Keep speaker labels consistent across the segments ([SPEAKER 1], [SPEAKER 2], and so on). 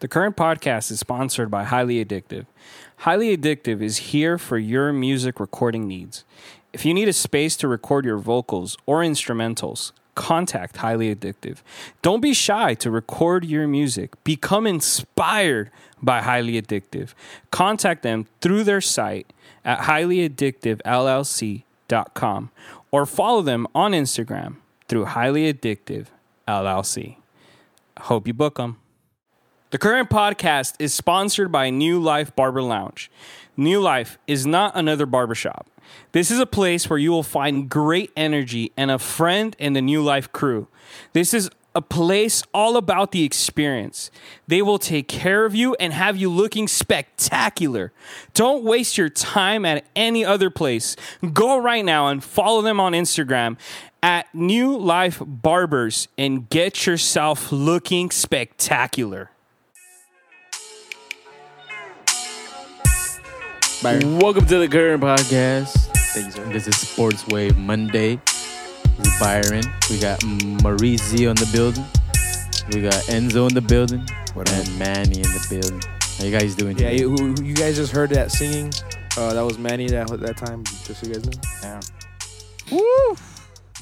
[SPEAKER 1] The current podcast is sponsored by Highly Addictive. Highly Addictive is here for your music recording needs. If you need a space to record your vocals or instrumentals, contact Highly Addictive. Don't be shy to record your music. Become inspired by Highly Addictive. Contact them through their site at highlyaddictivellc.com or follow them on Instagram through Highly Addictive LLC. Hope you book them. The current podcast is sponsored by New Life Barber Lounge. New Life is not another barbershop. This is a place where you will find great energy and a friend in the New Life crew. This is a place all about the experience. They will take care of you and have you looking spectacular. Don't waste your time at any other place. Go right now and follow them on Instagram at New Life Barbers and get yourself looking spectacular.
[SPEAKER 2] Welcome to the current podcast. This is Sports Wave Monday. This is Byron. We got Maurizi on the building. We got Enzo in the building.
[SPEAKER 3] What
[SPEAKER 2] and Manny in the building. How you guys doing?
[SPEAKER 3] Yeah,
[SPEAKER 2] today?
[SPEAKER 3] you, who- you guys just heard that singing. Uh, that was Manny that that time. Just so you guys know.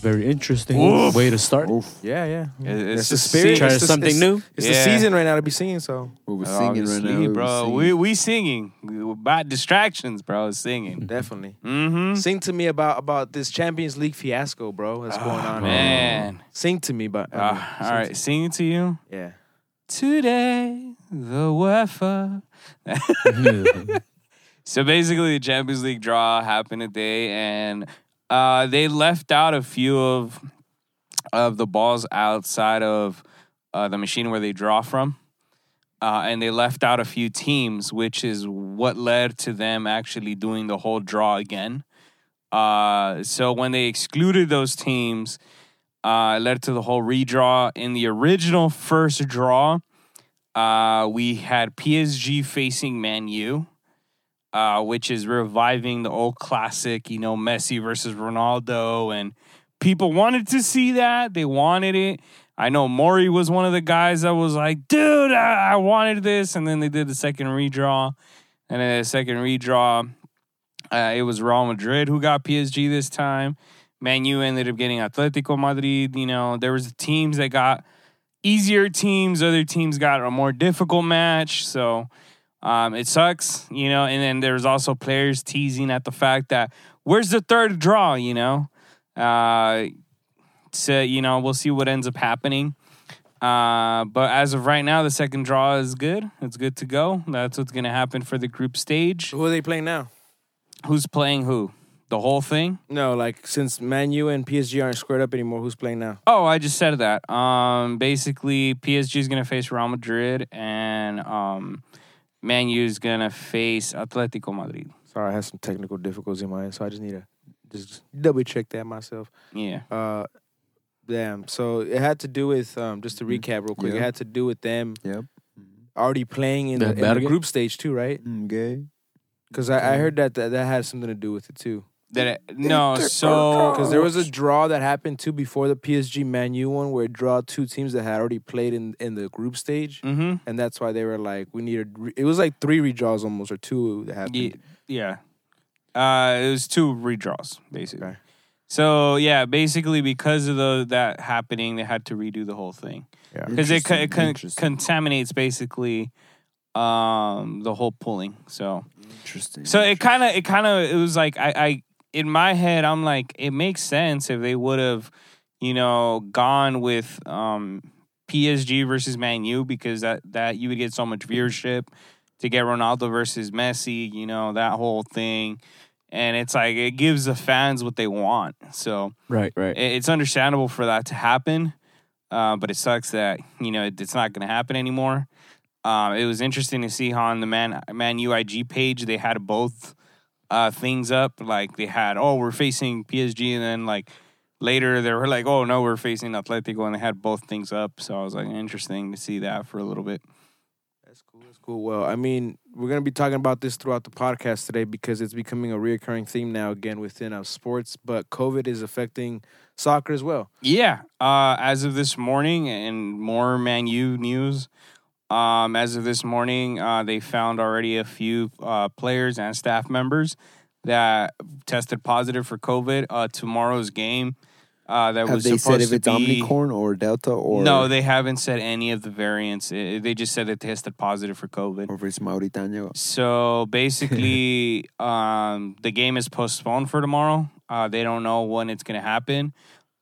[SPEAKER 2] very interesting way to start.
[SPEAKER 3] Yeah, yeah.
[SPEAKER 4] It's,
[SPEAKER 3] the
[SPEAKER 4] just
[SPEAKER 3] spirit.
[SPEAKER 2] Try
[SPEAKER 3] It's the-
[SPEAKER 2] something
[SPEAKER 3] it's-
[SPEAKER 2] new.
[SPEAKER 3] It's
[SPEAKER 4] Yeah.
[SPEAKER 3] the season right now to be singing. So
[SPEAKER 5] What we're singing right now.
[SPEAKER 4] Obviously,
[SPEAKER 5] what we're
[SPEAKER 4] bro.
[SPEAKER 5] singing.
[SPEAKER 4] We we singing about distractions, bro. Singing.
[SPEAKER 3] definitely
[SPEAKER 4] Mm-hmm.
[SPEAKER 3] sing to me about about this Champions League fiasco, bro. That's going on.
[SPEAKER 4] Ah, Man.
[SPEAKER 3] Sing to me,
[SPEAKER 5] Oh,
[SPEAKER 3] but
[SPEAKER 4] Uh, all right, singing to you
[SPEAKER 3] Yeah.
[SPEAKER 4] today. The UEFA. So basically, the Champions League draw happened today, and uh, they left out a few of of the balls outside of uh, the machine where they draw from. Uh, and they left out a few teams, which is what led to them actually doing the whole draw again. Uh, so when they excluded those teams, uh, it led to the whole redraw. In the original first draw, uh, we had PSG facing Man U, uh, which is reviving the old classic, you know, Messi versus Ronaldo. And people wanted to see that. They wanted it. I know Maury was one of the guys that was like, dude, I, I wanted this. And then they did the second redraw. And then the second redraw, uh, it was Real Madrid who got PSG this time. Man U ended up getting Atletico Madrid. You know, there was teams that got easier teams. Other teams got a more difficult match. So um, it sucks, you know. And then there's also players teasing at the fact that where's the third draw, you know. Uh, so you know we'll see what ends up happening. Uh, but as of right now, the second draw is good. It's good to go. That's what's gonna happen for the group stage.
[SPEAKER 3] Who are they playing now?
[SPEAKER 4] Who's playing who? The whole thing?
[SPEAKER 3] No, like since Man U and PSG aren't squared up anymore, who's playing now?
[SPEAKER 4] Oh, I just said that. Um, basically, PSG is gonna face Real Madrid, and um, Man U is gonna face Atletico Madrid.
[SPEAKER 3] Sorry, I had some technical difficulties in my end, so I just need to just double check that myself.
[SPEAKER 4] Yeah.
[SPEAKER 3] Uh, damn. So it had to do with um, just to recap real quick. It
[SPEAKER 5] Mm-hmm. Yeah.
[SPEAKER 3] had to do with them
[SPEAKER 5] Yep.
[SPEAKER 3] already playing in
[SPEAKER 2] The
[SPEAKER 3] the, in the
[SPEAKER 2] Bergen?
[SPEAKER 3] group stage too, right?
[SPEAKER 5] Okay.
[SPEAKER 3] Because I, I heard that, that that had something to do with it too.
[SPEAKER 4] That it- no. So
[SPEAKER 3] Because there was a draw that happened too before the PSG Man U one, where it draw two teams that had already played in in the group stage,
[SPEAKER 5] Mm.
[SPEAKER 4] hmm
[SPEAKER 3] and that's why they were like, we needed. Re- it was like three redraws almost or two that happened.
[SPEAKER 4] Ye- Yeah. Uh, it was two redraws basically.
[SPEAKER 3] Okay.
[SPEAKER 4] So yeah, basically because of the that happening, they had to redo the whole thing
[SPEAKER 3] Yeah.
[SPEAKER 4] because it, co- it
[SPEAKER 5] Interesting,
[SPEAKER 4] con-
[SPEAKER 5] interesting.
[SPEAKER 4] contaminates basically um the whole pooling. So
[SPEAKER 5] Interesting.
[SPEAKER 4] so it kind of it kind of it was like I I in my head I'm like it makes sense if they would have you know gone with um PSG versus Man U because that that you would get so much viewership to get Ronaldo versus Messi, you know, that whole thing. And it's like it gives the fans what they want. So
[SPEAKER 2] right, right.
[SPEAKER 4] it- it's understandable for that to happen, uh, but it sucks that you know it, it's not going to happen anymore. Um, it was interesting to see on the man man UIG page they had both uh, things up. Like they had oh we're facing PSG, and then like later they were like oh no we're facing Atletico, and they had both things up. So I was like interesting to see that for a little bit.
[SPEAKER 3] That's cool. That's cool. Well, I mean, we're gonna be talking about this throughout the podcast today because it's becoming a reoccurring theme now again within our sports, but COVID is affecting soccer as well.
[SPEAKER 4] Yeah, uh, as of this morning, and more Man U news. Um, as of this morning, uh, they found already a few uh, players and staff members that tested positive for COVID. Uh, tomorrow's game uh, that
[SPEAKER 5] Have
[SPEAKER 4] was
[SPEAKER 5] they
[SPEAKER 4] supposed
[SPEAKER 5] said if
[SPEAKER 4] to
[SPEAKER 5] it's
[SPEAKER 4] be
[SPEAKER 5] Omnicorn or Delta or
[SPEAKER 4] no, they haven't said any of the variants. I- they just said it tested positive for COVID.
[SPEAKER 5] or if it's Mauritania?
[SPEAKER 4] So basically, um, the game is postponed for tomorrow. Uh, they don't know when it's going to happen.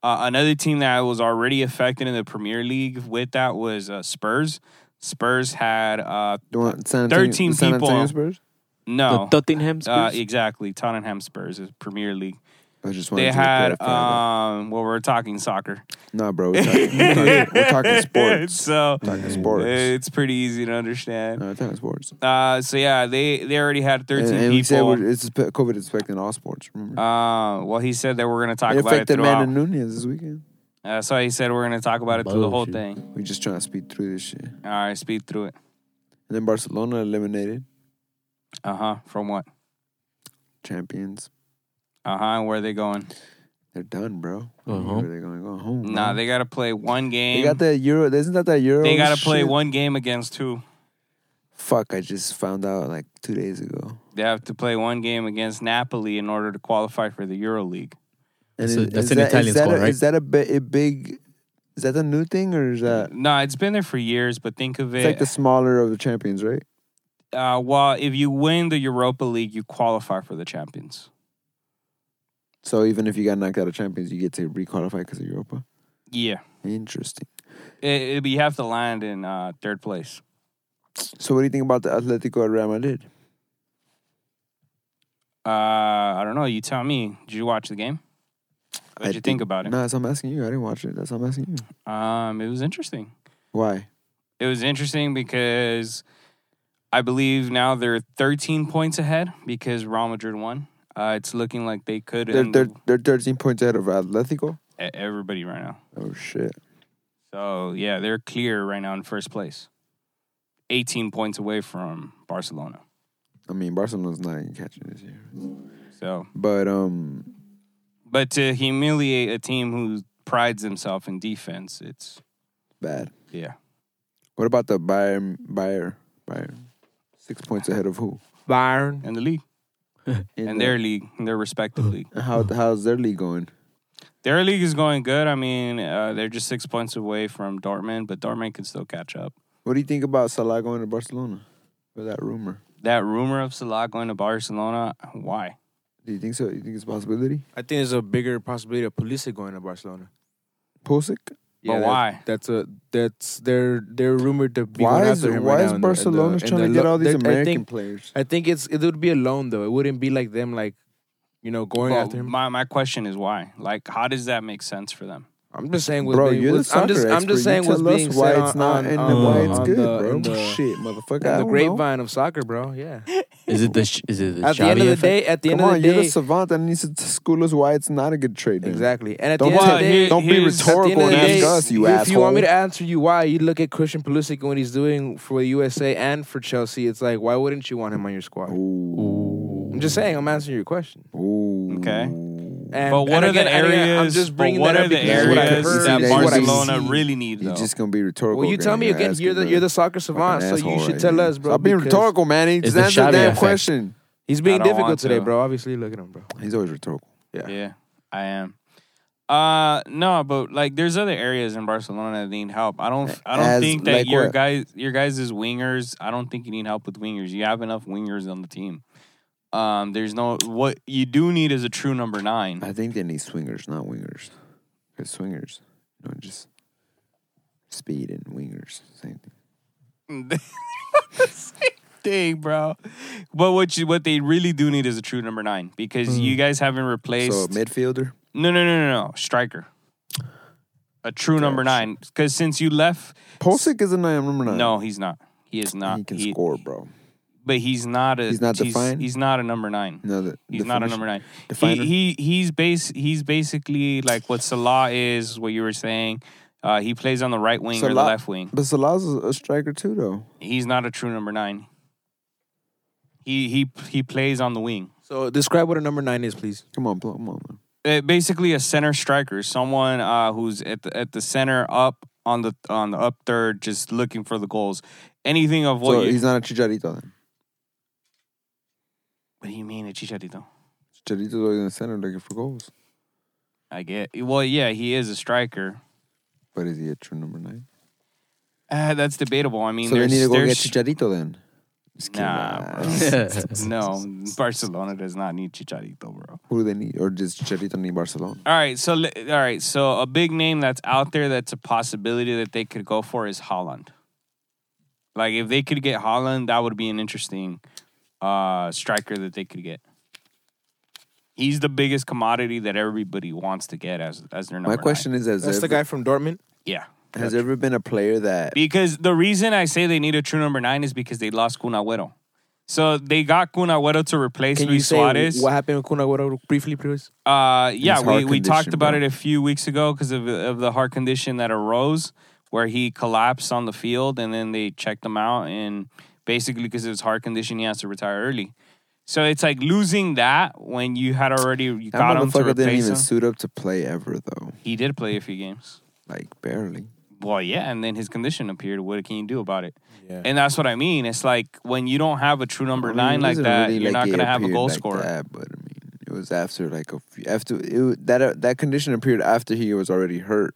[SPEAKER 4] Uh, another team that was already affected in the Premier League with that was uh, Spurs. Spurs had uh,
[SPEAKER 5] The one- San Antonio-
[SPEAKER 4] 13
[SPEAKER 5] San
[SPEAKER 4] people.
[SPEAKER 5] Antonio Spurs?
[SPEAKER 4] no
[SPEAKER 2] The Tottenham Spurs?
[SPEAKER 4] uh, exactly Tottenham Spurs is Premier League.
[SPEAKER 5] I just wanted
[SPEAKER 4] They
[SPEAKER 5] to
[SPEAKER 4] had
[SPEAKER 5] clarify
[SPEAKER 4] um, well, we're talking soccer.
[SPEAKER 5] that. no, bro. We're talking, we're talking- we're talking sports.
[SPEAKER 4] so uh,
[SPEAKER 5] talking sports.
[SPEAKER 4] it's pretty easy to understand.
[SPEAKER 5] No, we're talking sports.
[SPEAKER 4] Uh, so yeah, they they already had
[SPEAKER 5] And,
[SPEAKER 4] thirteen
[SPEAKER 5] and we said
[SPEAKER 4] people.
[SPEAKER 5] we're, it's spe- COVID is affecting all sports. Remember,
[SPEAKER 4] Uh, well, he said that we're gonna talk
[SPEAKER 5] it
[SPEAKER 4] about it
[SPEAKER 5] affected
[SPEAKER 4] Ah, throughout.
[SPEAKER 5] Man and Nunez this weekend.
[SPEAKER 4] That's why he said we're gonna talk about it through the whole
[SPEAKER 2] Bullshit.
[SPEAKER 4] thing.
[SPEAKER 5] We just trying to speed through this shit. And
[SPEAKER 4] All right, speed through it.
[SPEAKER 5] then Barcelona eliminated
[SPEAKER 4] Uh huh. From what?
[SPEAKER 5] champions.
[SPEAKER 4] Uh huh. Where are they going?
[SPEAKER 5] They're done, bro.
[SPEAKER 2] Going
[SPEAKER 5] Where
[SPEAKER 2] home.
[SPEAKER 5] are they going? Go home.
[SPEAKER 4] Nah,
[SPEAKER 5] bro.
[SPEAKER 4] they gotta play one game.
[SPEAKER 5] Mm-hmm. They got that Euro. Isn't that that Euro?
[SPEAKER 4] They gotta play
[SPEAKER 5] shit?
[SPEAKER 4] one game against two.
[SPEAKER 5] Fuck! I just found out like two days ago.
[SPEAKER 4] They have to play one game against Napoli in order to qualify for the Euro League.
[SPEAKER 5] And
[SPEAKER 2] So that's an
[SPEAKER 5] that-
[SPEAKER 2] Italian
[SPEAKER 5] that
[SPEAKER 2] squad,
[SPEAKER 5] a,
[SPEAKER 2] right?
[SPEAKER 5] Is that a, bi- a big? Is that a new thing or is that?
[SPEAKER 4] No, it's been there for years, but think of
[SPEAKER 5] It's like
[SPEAKER 4] it.
[SPEAKER 5] the smaller of the champions, right?
[SPEAKER 4] uh, well, if you win the Europa League, you qualify for the Champions.
[SPEAKER 5] So even if you got knocked out of champions, you get to requalify because of Europa.
[SPEAKER 4] Yeah,
[SPEAKER 5] Interesting.
[SPEAKER 4] it, it, you have to land in uh, third place.
[SPEAKER 5] So what do you think about the Atletico at Real Madrid?
[SPEAKER 4] Uh, I don't know. You tell me. Did you watch the game? What
[SPEAKER 5] I
[SPEAKER 4] did you think about it?
[SPEAKER 5] No, that's what I'm asking you. I didn't watch it. That's what I'm asking you.
[SPEAKER 4] Um, it was interesting.
[SPEAKER 5] Why?
[SPEAKER 4] It was interesting because I believe now they're 13 points ahead because Real Madrid won. Uh, it's looking like they could.
[SPEAKER 5] They're,
[SPEAKER 4] and
[SPEAKER 5] they're they're 13 points ahead of Atletico.
[SPEAKER 4] e- everybody right now.
[SPEAKER 5] Oh shit!
[SPEAKER 4] So yeah, they're clear right now in first place, 18 points away from Barcelona.
[SPEAKER 5] I mean, Barcelona's not even catching this year.
[SPEAKER 4] So,
[SPEAKER 5] But um,
[SPEAKER 4] but to humiliate a team who prides themselves in defense, it's
[SPEAKER 5] bad.
[SPEAKER 4] yeah.
[SPEAKER 5] What about the Bayern? Bayern? Bayern? Six points ahead of who?
[SPEAKER 3] Bayern.
[SPEAKER 4] And the league,
[SPEAKER 5] In
[SPEAKER 4] and
[SPEAKER 5] the-
[SPEAKER 4] their league, in their respective league.
[SPEAKER 5] how how's their league going?
[SPEAKER 4] Their league is going good. I mean, uh, they're just six points away from Dortmund, but Dortmund can still catch up.
[SPEAKER 5] What do you think about Salah going to Barcelona? For that rumor,
[SPEAKER 4] That rumor of Salah going to Barcelona, why?
[SPEAKER 5] do you think so? You think it's a possibility?
[SPEAKER 3] I think there's a bigger possibility of Pulisic going to Barcelona.
[SPEAKER 5] Pulisic?
[SPEAKER 4] But
[SPEAKER 3] that-
[SPEAKER 4] why?
[SPEAKER 3] That's a that's they're they're rumored to be.
[SPEAKER 5] Why
[SPEAKER 3] going
[SPEAKER 5] is
[SPEAKER 3] after him right
[SPEAKER 5] why
[SPEAKER 3] now
[SPEAKER 5] is
[SPEAKER 3] in the- in
[SPEAKER 5] Barcelona
[SPEAKER 3] the- in
[SPEAKER 5] trying to
[SPEAKER 3] the
[SPEAKER 5] get
[SPEAKER 3] lo-
[SPEAKER 5] all these
[SPEAKER 3] they- I
[SPEAKER 5] American
[SPEAKER 3] think,
[SPEAKER 5] players?
[SPEAKER 3] I think it's it would be a loan though. It wouldn't be like them like you know going
[SPEAKER 4] Well,
[SPEAKER 3] after him.
[SPEAKER 4] my my question is why? Like, how does that make sense for them?
[SPEAKER 3] I'm just saying what's
[SPEAKER 5] bro,
[SPEAKER 3] being,
[SPEAKER 5] you're the
[SPEAKER 3] what's- I'm
[SPEAKER 5] soccer
[SPEAKER 3] just I'm
[SPEAKER 5] expert.
[SPEAKER 3] just saying
[SPEAKER 5] you
[SPEAKER 3] what's
[SPEAKER 5] tell
[SPEAKER 3] being
[SPEAKER 5] us why
[SPEAKER 3] said
[SPEAKER 5] it's
[SPEAKER 3] on-
[SPEAKER 5] not
[SPEAKER 3] on-
[SPEAKER 5] and
[SPEAKER 3] on-
[SPEAKER 5] why it's
[SPEAKER 3] on
[SPEAKER 5] good,
[SPEAKER 3] the-
[SPEAKER 5] bro.
[SPEAKER 3] in the-
[SPEAKER 5] Shit, motherfucker. I
[SPEAKER 3] on the
[SPEAKER 5] don't know.
[SPEAKER 3] grapevine of soccer, bro. Yeah.
[SPEAKER 2] Is it the sh- is it the
[SPEAKER 3] At the end
[SPEAKER 2] Xavi
[SPEAKER 3] of the
[SPEAKER 2] effect?
[SPEAKER 3] day, at the
[SPEAKER 5] Come
[SPEAKER 3] end of
[SPEAKER 5] on,
[SPEAKER 3] the
[SPEAKER 5] you're
[SPEAKER 3] day,
[SPEAKER 5] the savant, and you should school us why it's not a good trade. then.
[SPEAKER 3] exactly. And at
[SPEAKER 5] Don't
[SPEAKER 3] the end of
[SPEAKER 5] tell-
[SPEAKER 3] the day,
[SPEAKER 5] don't be
[SPEAKER 4] here's-
[SPEAKER 3] At the end
[SPEAKER 5] rhetorical
[SPEAKER 3] of
[SPEAKER 5] and
[SPEAKER 3] the
[SPEAKER 5] ask
[SPEAKER 3] day,
[SPEAKER 5] us, you
[SPEAKER 3] if
[SPEAKER 5] asshole.
[SPEAKER 3] you want me to answer you why, you look at Christian Pulisic and what he's doing for the USA and for Chelsea. It's like, why wouldn't you want him on your squad? I'm just saying, I'm answering your question.
[SPEAKER 5] Ooh.
[SPEAKER 4] Okay.
[SPEAKER 3] And,
[SPEAKER 4] but what
[SPEAKER 3] and
[SPEAKER 4] are
[SPEAKER 3] again,
[SPEAKER 4] the
[SPEAKER 3] and
[SPEAKER 4] areas?
[SPEAKER 3] again, I'm just
[SPEAKER 4] but
[SPEAKER 3] bringing
[SPEAKER 4] what
[SPEAKER 3] that
[SPEAKER 4] are
[SPEAKER 3] up
[SPEAKER 4] the
[SPEAKER 3] because what I
[SPEAKER 4] areas
[SPEAKER 3] heard,
[SPEAKER 4] that
[SPEAKER 5] is
[SPEAKER 3] what I
[SPEAKER 4] Barcelona
[SPEAKER 5] see.
[SPEAKER 4] really need? Though?
[SPEAKER 5] You're just gonna be rhetorical.
[SPEAKER 3] Well, you
[SPEAKER 5] again,
[SPEAKER 3] tell me
[SPEAKER 5] you're
[SPEAKER 3] again. You're the
[SPEAKER 5] asking
[SPEAKER 3] you're the soccer savant, so
[SPEAKER 5] fucking
[SPEAKER 3] you
[SPEAKER 5] asshole
[SPEAKER 3] should
[SPEAKER 5] right
[SPEAKER 3] tell
[SPEAKER 5] now.
[SPEAKER 3] us, bro.
[SPEAKER 5] Stop being
[SPEAKER 3] because
[SPEAKER 5] rhetorical, man.
[SPEAKER 2] It's
[SPEAKER 5] Just
[SPEAKER 2] the
[SPEAKER 5] answer the
[SPEAKER 2] Xavi
[SPEAKER 5] damn
[SPEAKER 2] effect.
[SPEAKER 5] question.
[SPEAKER 3] He's being
[SPEAKER 4] I don't
[SPEAKER 3] difficult
[SPEAKER 4] want
[SPEAKER 3] today,
[SPEAKER 4] to.
[SPEAKER 3] bro. Obviously, look at him, bro.
[SPEAKER 5] He's always rhetorical.
[SPEAKER 4] Yeah, I am. Uh no, but like there's other areas in Barcelona that need help. I don't I don't
[SPEAKER 5] As-
[SPEAKER 4] think that
[SPEAKER 5] like
[SPEAKER 4] your
[SPEAKER 5] what?
[SPEAKER 4] guys your guys is wingers. I don't think you need help with wingers. You have enough wingers on the team. Um there's no what you do need is a true number 9.
[SPEAKER 5] I think they need swingers, not wingers. Because swingers, you know, just speed and wingers, same thing.
[SPEAKER 4] Dang, bro. But what you what they really do need is a true number 9 because you guys haven't replaced
[SPEAKER 5] Hmm. So midfielder,
[SPEAKER 4] No, no, no, no, no. Striker. A true number
[SPEAKER 5] Gotcha.
[SPEAKER 4] 9 cuz since you left
[SPEAKER 5] Pulisic is a nine, number nine.
[SPEAKER 4] No, he's not. He is not.
[SPEAKER 5] he can score, bro.
[SPEAKER 4] but he's not a
[SPEAKER 5] He's not
[SPEAKER 4] he's,
[SPEAKER 5] defined?
[SPEAKER 4] he's not a number nine.
[SPEAKER 5] No, the,
[SPEAKER 4] He's not a number nine.
[SPEAKER 5] definer?
[SPEAKER 4] He, he he's base he's basically like what Salah is, what you were saying. Uh, he plays on the right wing or the
[SPEAKER 5] Salah-
[SPEAKER 4] left wing.
[SPEAKER 5] But Salah's a a striker too, though.
[SPEAKER 4] He's not a true number nine. He he he plays on the wing.
[SPEAKER 3] So describe what a number nine is, please.
[SPEAKER 5] Come on, bro, come on, man.
[SPEAKER 4] Uh, basically, a center striker, someone uh, who's at the, at the center up on the on the up third, just looking for the goals. anything of what
[SPEAKER 5] So
[SPEAKER 4] you.
[SPEAKER 5] he's not a chicharito then.
[SPEAKER 4] What do you mean a chicharito?
[SPEAKER 5] Chicharito's always in the center looking for goals.
[SPEAKER 4] I get. Well, yeah, he is a striker.
[SPEAKER 5] But is he a true number nine?
[SPEAKER 4] Uh, that's debatable. I mean,
[SPEAKER 5] so they
[SPEAKER 4] there's,
[SPEAKER 5] need to go get
[SPEAKER 4] there's
[SPEAKER 5] Chicharito then. Just kidding.
[SPEAKER 4] Nah,
[SPEAKER 5] Nah.
[SPEAKER 4] no Barcelona does not need chicharito, bro.
[SPEAKER 5] Who do they need? Or does Chicharito need Barcelona?
[SPEAKER 4] All right, so le- all right, so a big name that's out there that's a possibility that they could go for is Holland. Like if they could get Holland, that would be an interesting uh striker that they could get. He's the biggest commodity that everybody wants to get as as their number.
[SPEAKER 5] My
[SPEAKER 4] nine.
[SPEAKER 5] question is: Has
[SPEAKER 3] That's the
[SPEAKER 5] ever,
[SPEAKER 3] guy from Dortmund.
[SPEAKER 4] yeah,
[SPEAKER 5] has there ever been a player that
[SPEAKER 4] because the reason I say they need a true number nine is because they lost Kun Agüero. So they got Kun Agüero to replace
[SPEAKER 3] Can you
[SPEAKER 4] Luis
[SPEAKER 3] say
[SPEAKER 4] Suarez.
[SPEAKER 3] what happened with Kun Agüero briefly, please?
[SPEAKER 4] Uh, yeah,
[SPEAKER 5] his
[SPEAKER 4] we,
[SPEAKER 5] heart
[SPEAKER 4] we talked
[SPEAKER 5] condition,
[SPEAKER 4] about
[SPEAKER 5] bro.
[SPEAKER 4] it a few weeks ago because of, of the heart condition that arose where he collapsed on the field and then they checked him out. And basically, because of his heart condition, he has to retire early. So it's like losing that when you had already you
[SPEAKER 5] that
[SPEAKER 4] got him to
[SPEAKER 5] motherfucker didn't
[SPEAKER 4] replace
[SPEAKER 5] even
[SPEAKER 4] him.
[SPEAKER 5] suit up to play ever though?
[SPEAKER 4] He did play a few games.
[SPEAKER 5] Like barely.
[SPEAKER 4] Well, yeah, and then his condition appeared. What can you do about it?
[SPEAKER 3] Yeah.
[SPEAKER 4] And that's what I mean. It's like when you don't have a true number
[SPEAKER 5] I mean,
[SPEAKER 4] nine
[SPEAKER 5] it
[SPEAKER 4] like
[SPEAKER 5] wasn't
[SPEAKER 4] that,
[SPEAKER 5] really
[SPEAKER 4] you're
[SPEAKER 5] like
[SPEAKER 4] not
[SPEAKER 5] it
[SPEAKER 4] going to have a
[SPEAKER 5] appeared
[SPEAKER 4] goal
[SPEAKER 5] like
[SPEAKER 4] scorer.
[SPEAKER 5] That, but I mean, it was after like a few, after it, wa- that uh, that condition appeared after he was already hurt.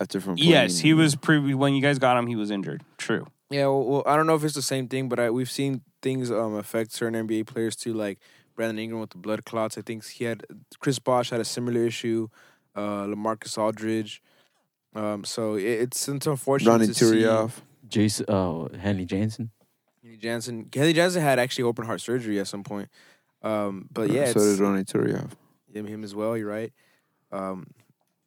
[SPEAKER 5] After from
[SPEAKER 4] Yes,
[SPEAKER 5] playing-
[SPEAKER 4] he was pre- when you guys got him, he was injured. True.
[SPEAKER 3] Yeah, well, well, I don't know if it's the same thing, but I, we've seen things um, affect certain NBA players too, like Brandon Ingram with the blood clots. I think he had Chris Bosh had a similar issue, uh, Lamarcus Aldridge. Um, so it, it's it's unfortunate.
[SPEAKER 5] Ronnie
[SPEAKER 3] to see
[SPEAKER 5] Turioff.
[SPEAKER 2] Jason, oh, Henley Jansen.
[SPEAKER 3] Kenny Jansen. Kenny Jansen had actually open heart surgery at some point. Um, but yeah,
[SPEAKER 5] so
[SPEAKER 3] it's-
[SPEAKER 5] did Ronnie Turioff.
[SPEAKER 3] him, him as well. You're right. Um,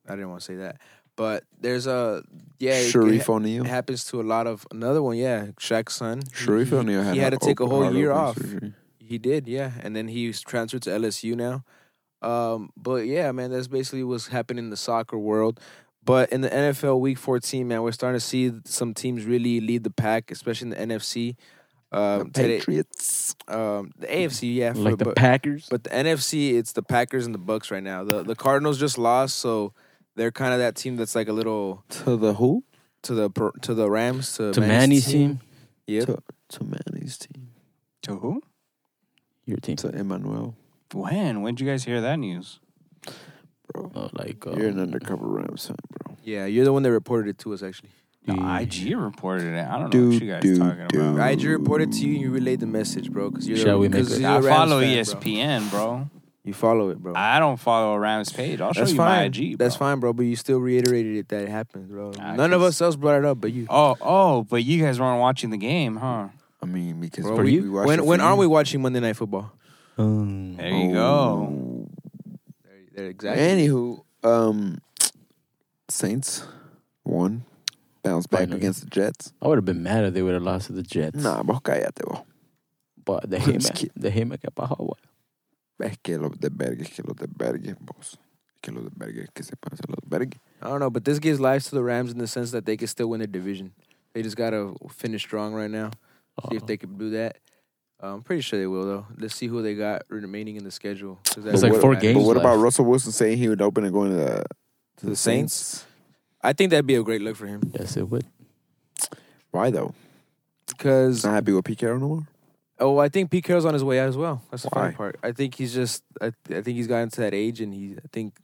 [SPEAKER 3] I didn't want to say that, but there's a yeah. it-
[SPEAKER 5] Sharif
[SPEAKER 3] it, ha-
[SPEAKER 5] O'Neal.
[SPEAKER 3] it happens to a lot of another one. Yeah, Shaq's son.
[SPEAKER 5] Sharif O'Neal had,
[SPEAKER 3] he had
[SPEAKER 5] an
[SPEAKER 3] to take a
[SPEAKER 5] open
[SPEAKER 3] whole
[SPEAKER 5] heart
[SPEAKER 3] year
[SPEAKER 5] open
[SPEAKER 3] off.
[SPEAKER 5] surgery.
[SPEAKER 3] He did, yeah, and then he's transferred to LSU now. Um, but yeah, man, that's basically what's happening in the soccer world. But in the NFL Week 14, man, we're starting to see some teams really lead the pack, especially in the NFC.
[SPEAKER 5] The
[SPEAKER 3] Um, today-
[SPEAKER 5] Patriots.
[SPEAKER 3] um, the AFC, yeah, for-
[SPEAKER 2] Like the
[SPEAKER 3] but-
[SPEAKER 2] Packers.
[SPEAKER 3] but the NFC, it's the Packers and the Bucks right now. The the Cardinals just lost, so they're kind of that team that's like a little
[SPEAKER 5] To the who?
[SPEAKER 3] to the per- to the Rams to,
[SPEAKER 2] to Manny's team.
[SPEAKER 3] Yep.
[SPEAKER 5] To, to Manny's team.
[SPEAKER 4] To who?
[SPEAKER 2] Your team.
[SPEAKER 5] To Emmanuel.
[SPEAKER 4] When? When did you guys hear that news?
[SPEAKER 5] Bro.
[SPEAKER 2] Oh, like,
[SPEAKER 5] You're an
[SPEAKER 2] um,
[SPEAKER 5] undercover Rams fan, bro.
[SPEAKER 3] Yeah, you're the one that reported it to us actually.
[SPEAKER 4] The
[SPEAKER 2] Yeah.
[SPEAKER 4] IG reported it. I don't know
[SPEAKER 5] Dude,
[SPEAKER 4] what you guys
[SPEAKER 5] dude,
[SPEAKER 4] talking
[SPEAKER 5] dude.
[SPEAKER 4] about.
[SPEAKER 3] I just reported to you, and you relayed the message, bro. Because you're
[SPEAKER 2] Shall
[SPEAKER 3] the,
[SPEAKER 2] we make
[SPEAKER 3] 'cause
[SPEAKER 2] it-
[SPEAKER 3] you're
[SPEAKER 4] I
[SPEAKER 3] a Rams
[SPEAKER 4] follow E
[SPEAKER 3] fan, bro.
[SPEAKER 4] ESPN, bro.
[SPEAKER 3] You follow it, bro.
[SPEAKER 4] I don't follow a Rams page. I'll show
[SPEAKER 3] That's
[SPEAKER 4] you my
[SPEAKER 3] fine.
[SPEAKER 4] IG. Bro.
[SPEAKER 3] That's fine, bro. But you still reiterated it that it happened, bro.
[SPEAKER 4] Ah,
[SPEAKER 3] None of
[SPEAKER 4] 'cause-
[SPEAKER 3] us else brought it up, but you.
[SPEAKER 4] Oh, oh, but you guys weren't watching the game, huh?
[SPEAKER 5] I mean, because
[SPEAKER 3] Bro,
[SPEAKER 5] we-
[SPEAKER 3] we-
[SPEAKER 5] we watched it
[SPEAKER 3] when
[SPEAKER 5] for
[SPEAKER 3] when
[SPEAKER 5] you.
[SPEAKER 3] aren't we watching Monday Night Football?
[SPEAKER 2] um,
[SPEAKER 4] There you
[SPEAKER 2] Oh.
[SPEAKER 4] go.
[SPEAKER 3] There, exactly.
[SPEAKER 5] Oh. Anywho, um, Saints won, bounced back
[SPEAKER 2] Finally.
[SPEAKER 5] against the Jets.
[SPEAKER 2] I would have been mad if they would have lost to the Jets.
[SPEAKER 5] Nah, vos cállate, vos.
[SPEAKER 2] But the
[SPEAKER 5] I'm
[SPEAKER 2] him,
[SPEAKER 5] just kidding.
[SPEAKER 2] the him, que pa' Hawaii.
[SPEAKER 5] Es que los de verga, es que los de verga, vos. Es que los de verga, que se pasan los verga.
[SPEAKER 3] I don't know, but this gives lives to the Rams in the sense that they can still win their division. They just gotta finish strong right now. See if
[SPEAKER 2] Uh,
[SPEAKER 3] they can do that. Uh, I'm pretty sure they will though. Let's see who they got remaining in the schedule. 'cause that's
[SPEAKER 2] It's like
[SPEAKER 3] where
[SPEAKER 5] what-
[SPEAKER 2] four
[SPEAKER 3] we're at.
[SPEAKER 5] But
[SPEAKER 2] games
[SPEAKER 5] what about
[SPEAKER 2] left.
[SPEAKER 5] Russell Wilson saying he would open and go into the,
[SPEAKER 3] To the Saints? I think that'd be a great look for him
[SPEAKER 2] Yes, it would.
[SPEAKER 5] Why though?
[SPEAKER 3] because
[SPEAKER 5] He's not happy with Pete Carroll no more.
[SPEAKER 3] oh, I think Pete Carroll's on his way out as well. That's the funny
[SPEAKER 5] Why?
[SPEAKER 3] part. I think he's just I, I think he's gotten to that age and he I think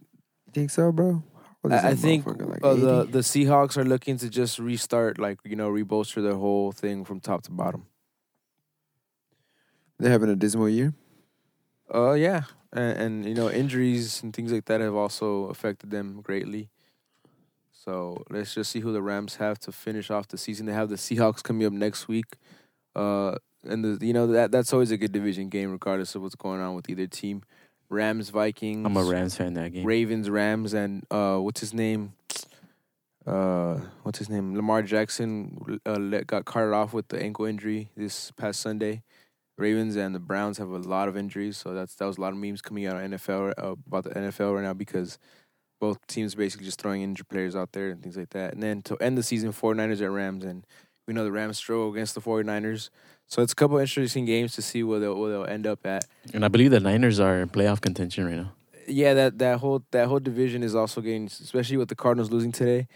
[SPEAKER 5] You think so, bro? What is
[SPEAKER 3] I, I
[SPEAKER 5] that
[SPEAKER 3] think
[SPEAKER 5] motherfucker, like
[SPEAKER 3] uh, the
[SPEAKER 5] 80?
[SPEAKER 3] the Seahawks are looking to just restart like you know rebolster their whole thing from top to bottom.
[SPEAKER 5] they're having a dismal year.
[SPEAKER 3] Uh, yeah, and, and you know injuries and things like that have also affected them greatly. So let's just see who the Rams have to finish off the season. They have the Seahawks coming up next week. Uh, and the you know that that's always a good division game, regardless of what's going on with either team. Rams, Vikings,
[SPEAKER 2] I'm a Rams fan that game.
[SPEAKER 3] Ravens, Rams, and uh, what's his name? Uh, what's his name? Lamar Jackson uh, let, got carted off with the ankle injury this past Sunday. Ravens and the Browns have a lot of injuries, so that's that was a lot of memes coming out of NFL uh, about the NFL right now because both teams basically just throwing injured players out there and things like that. And then to end the season, 49ers at Rams, and we know the Rams struggle against the 49ers. So it's a couple interesting games to see where they'll, where they'll end up at.
[SPEAKER 2] And I believe the Niners are in playoff contention right now.
[SPEAKER 3] Yeah, that that whole that whole division is also getting, especially with the Cardinals losing today.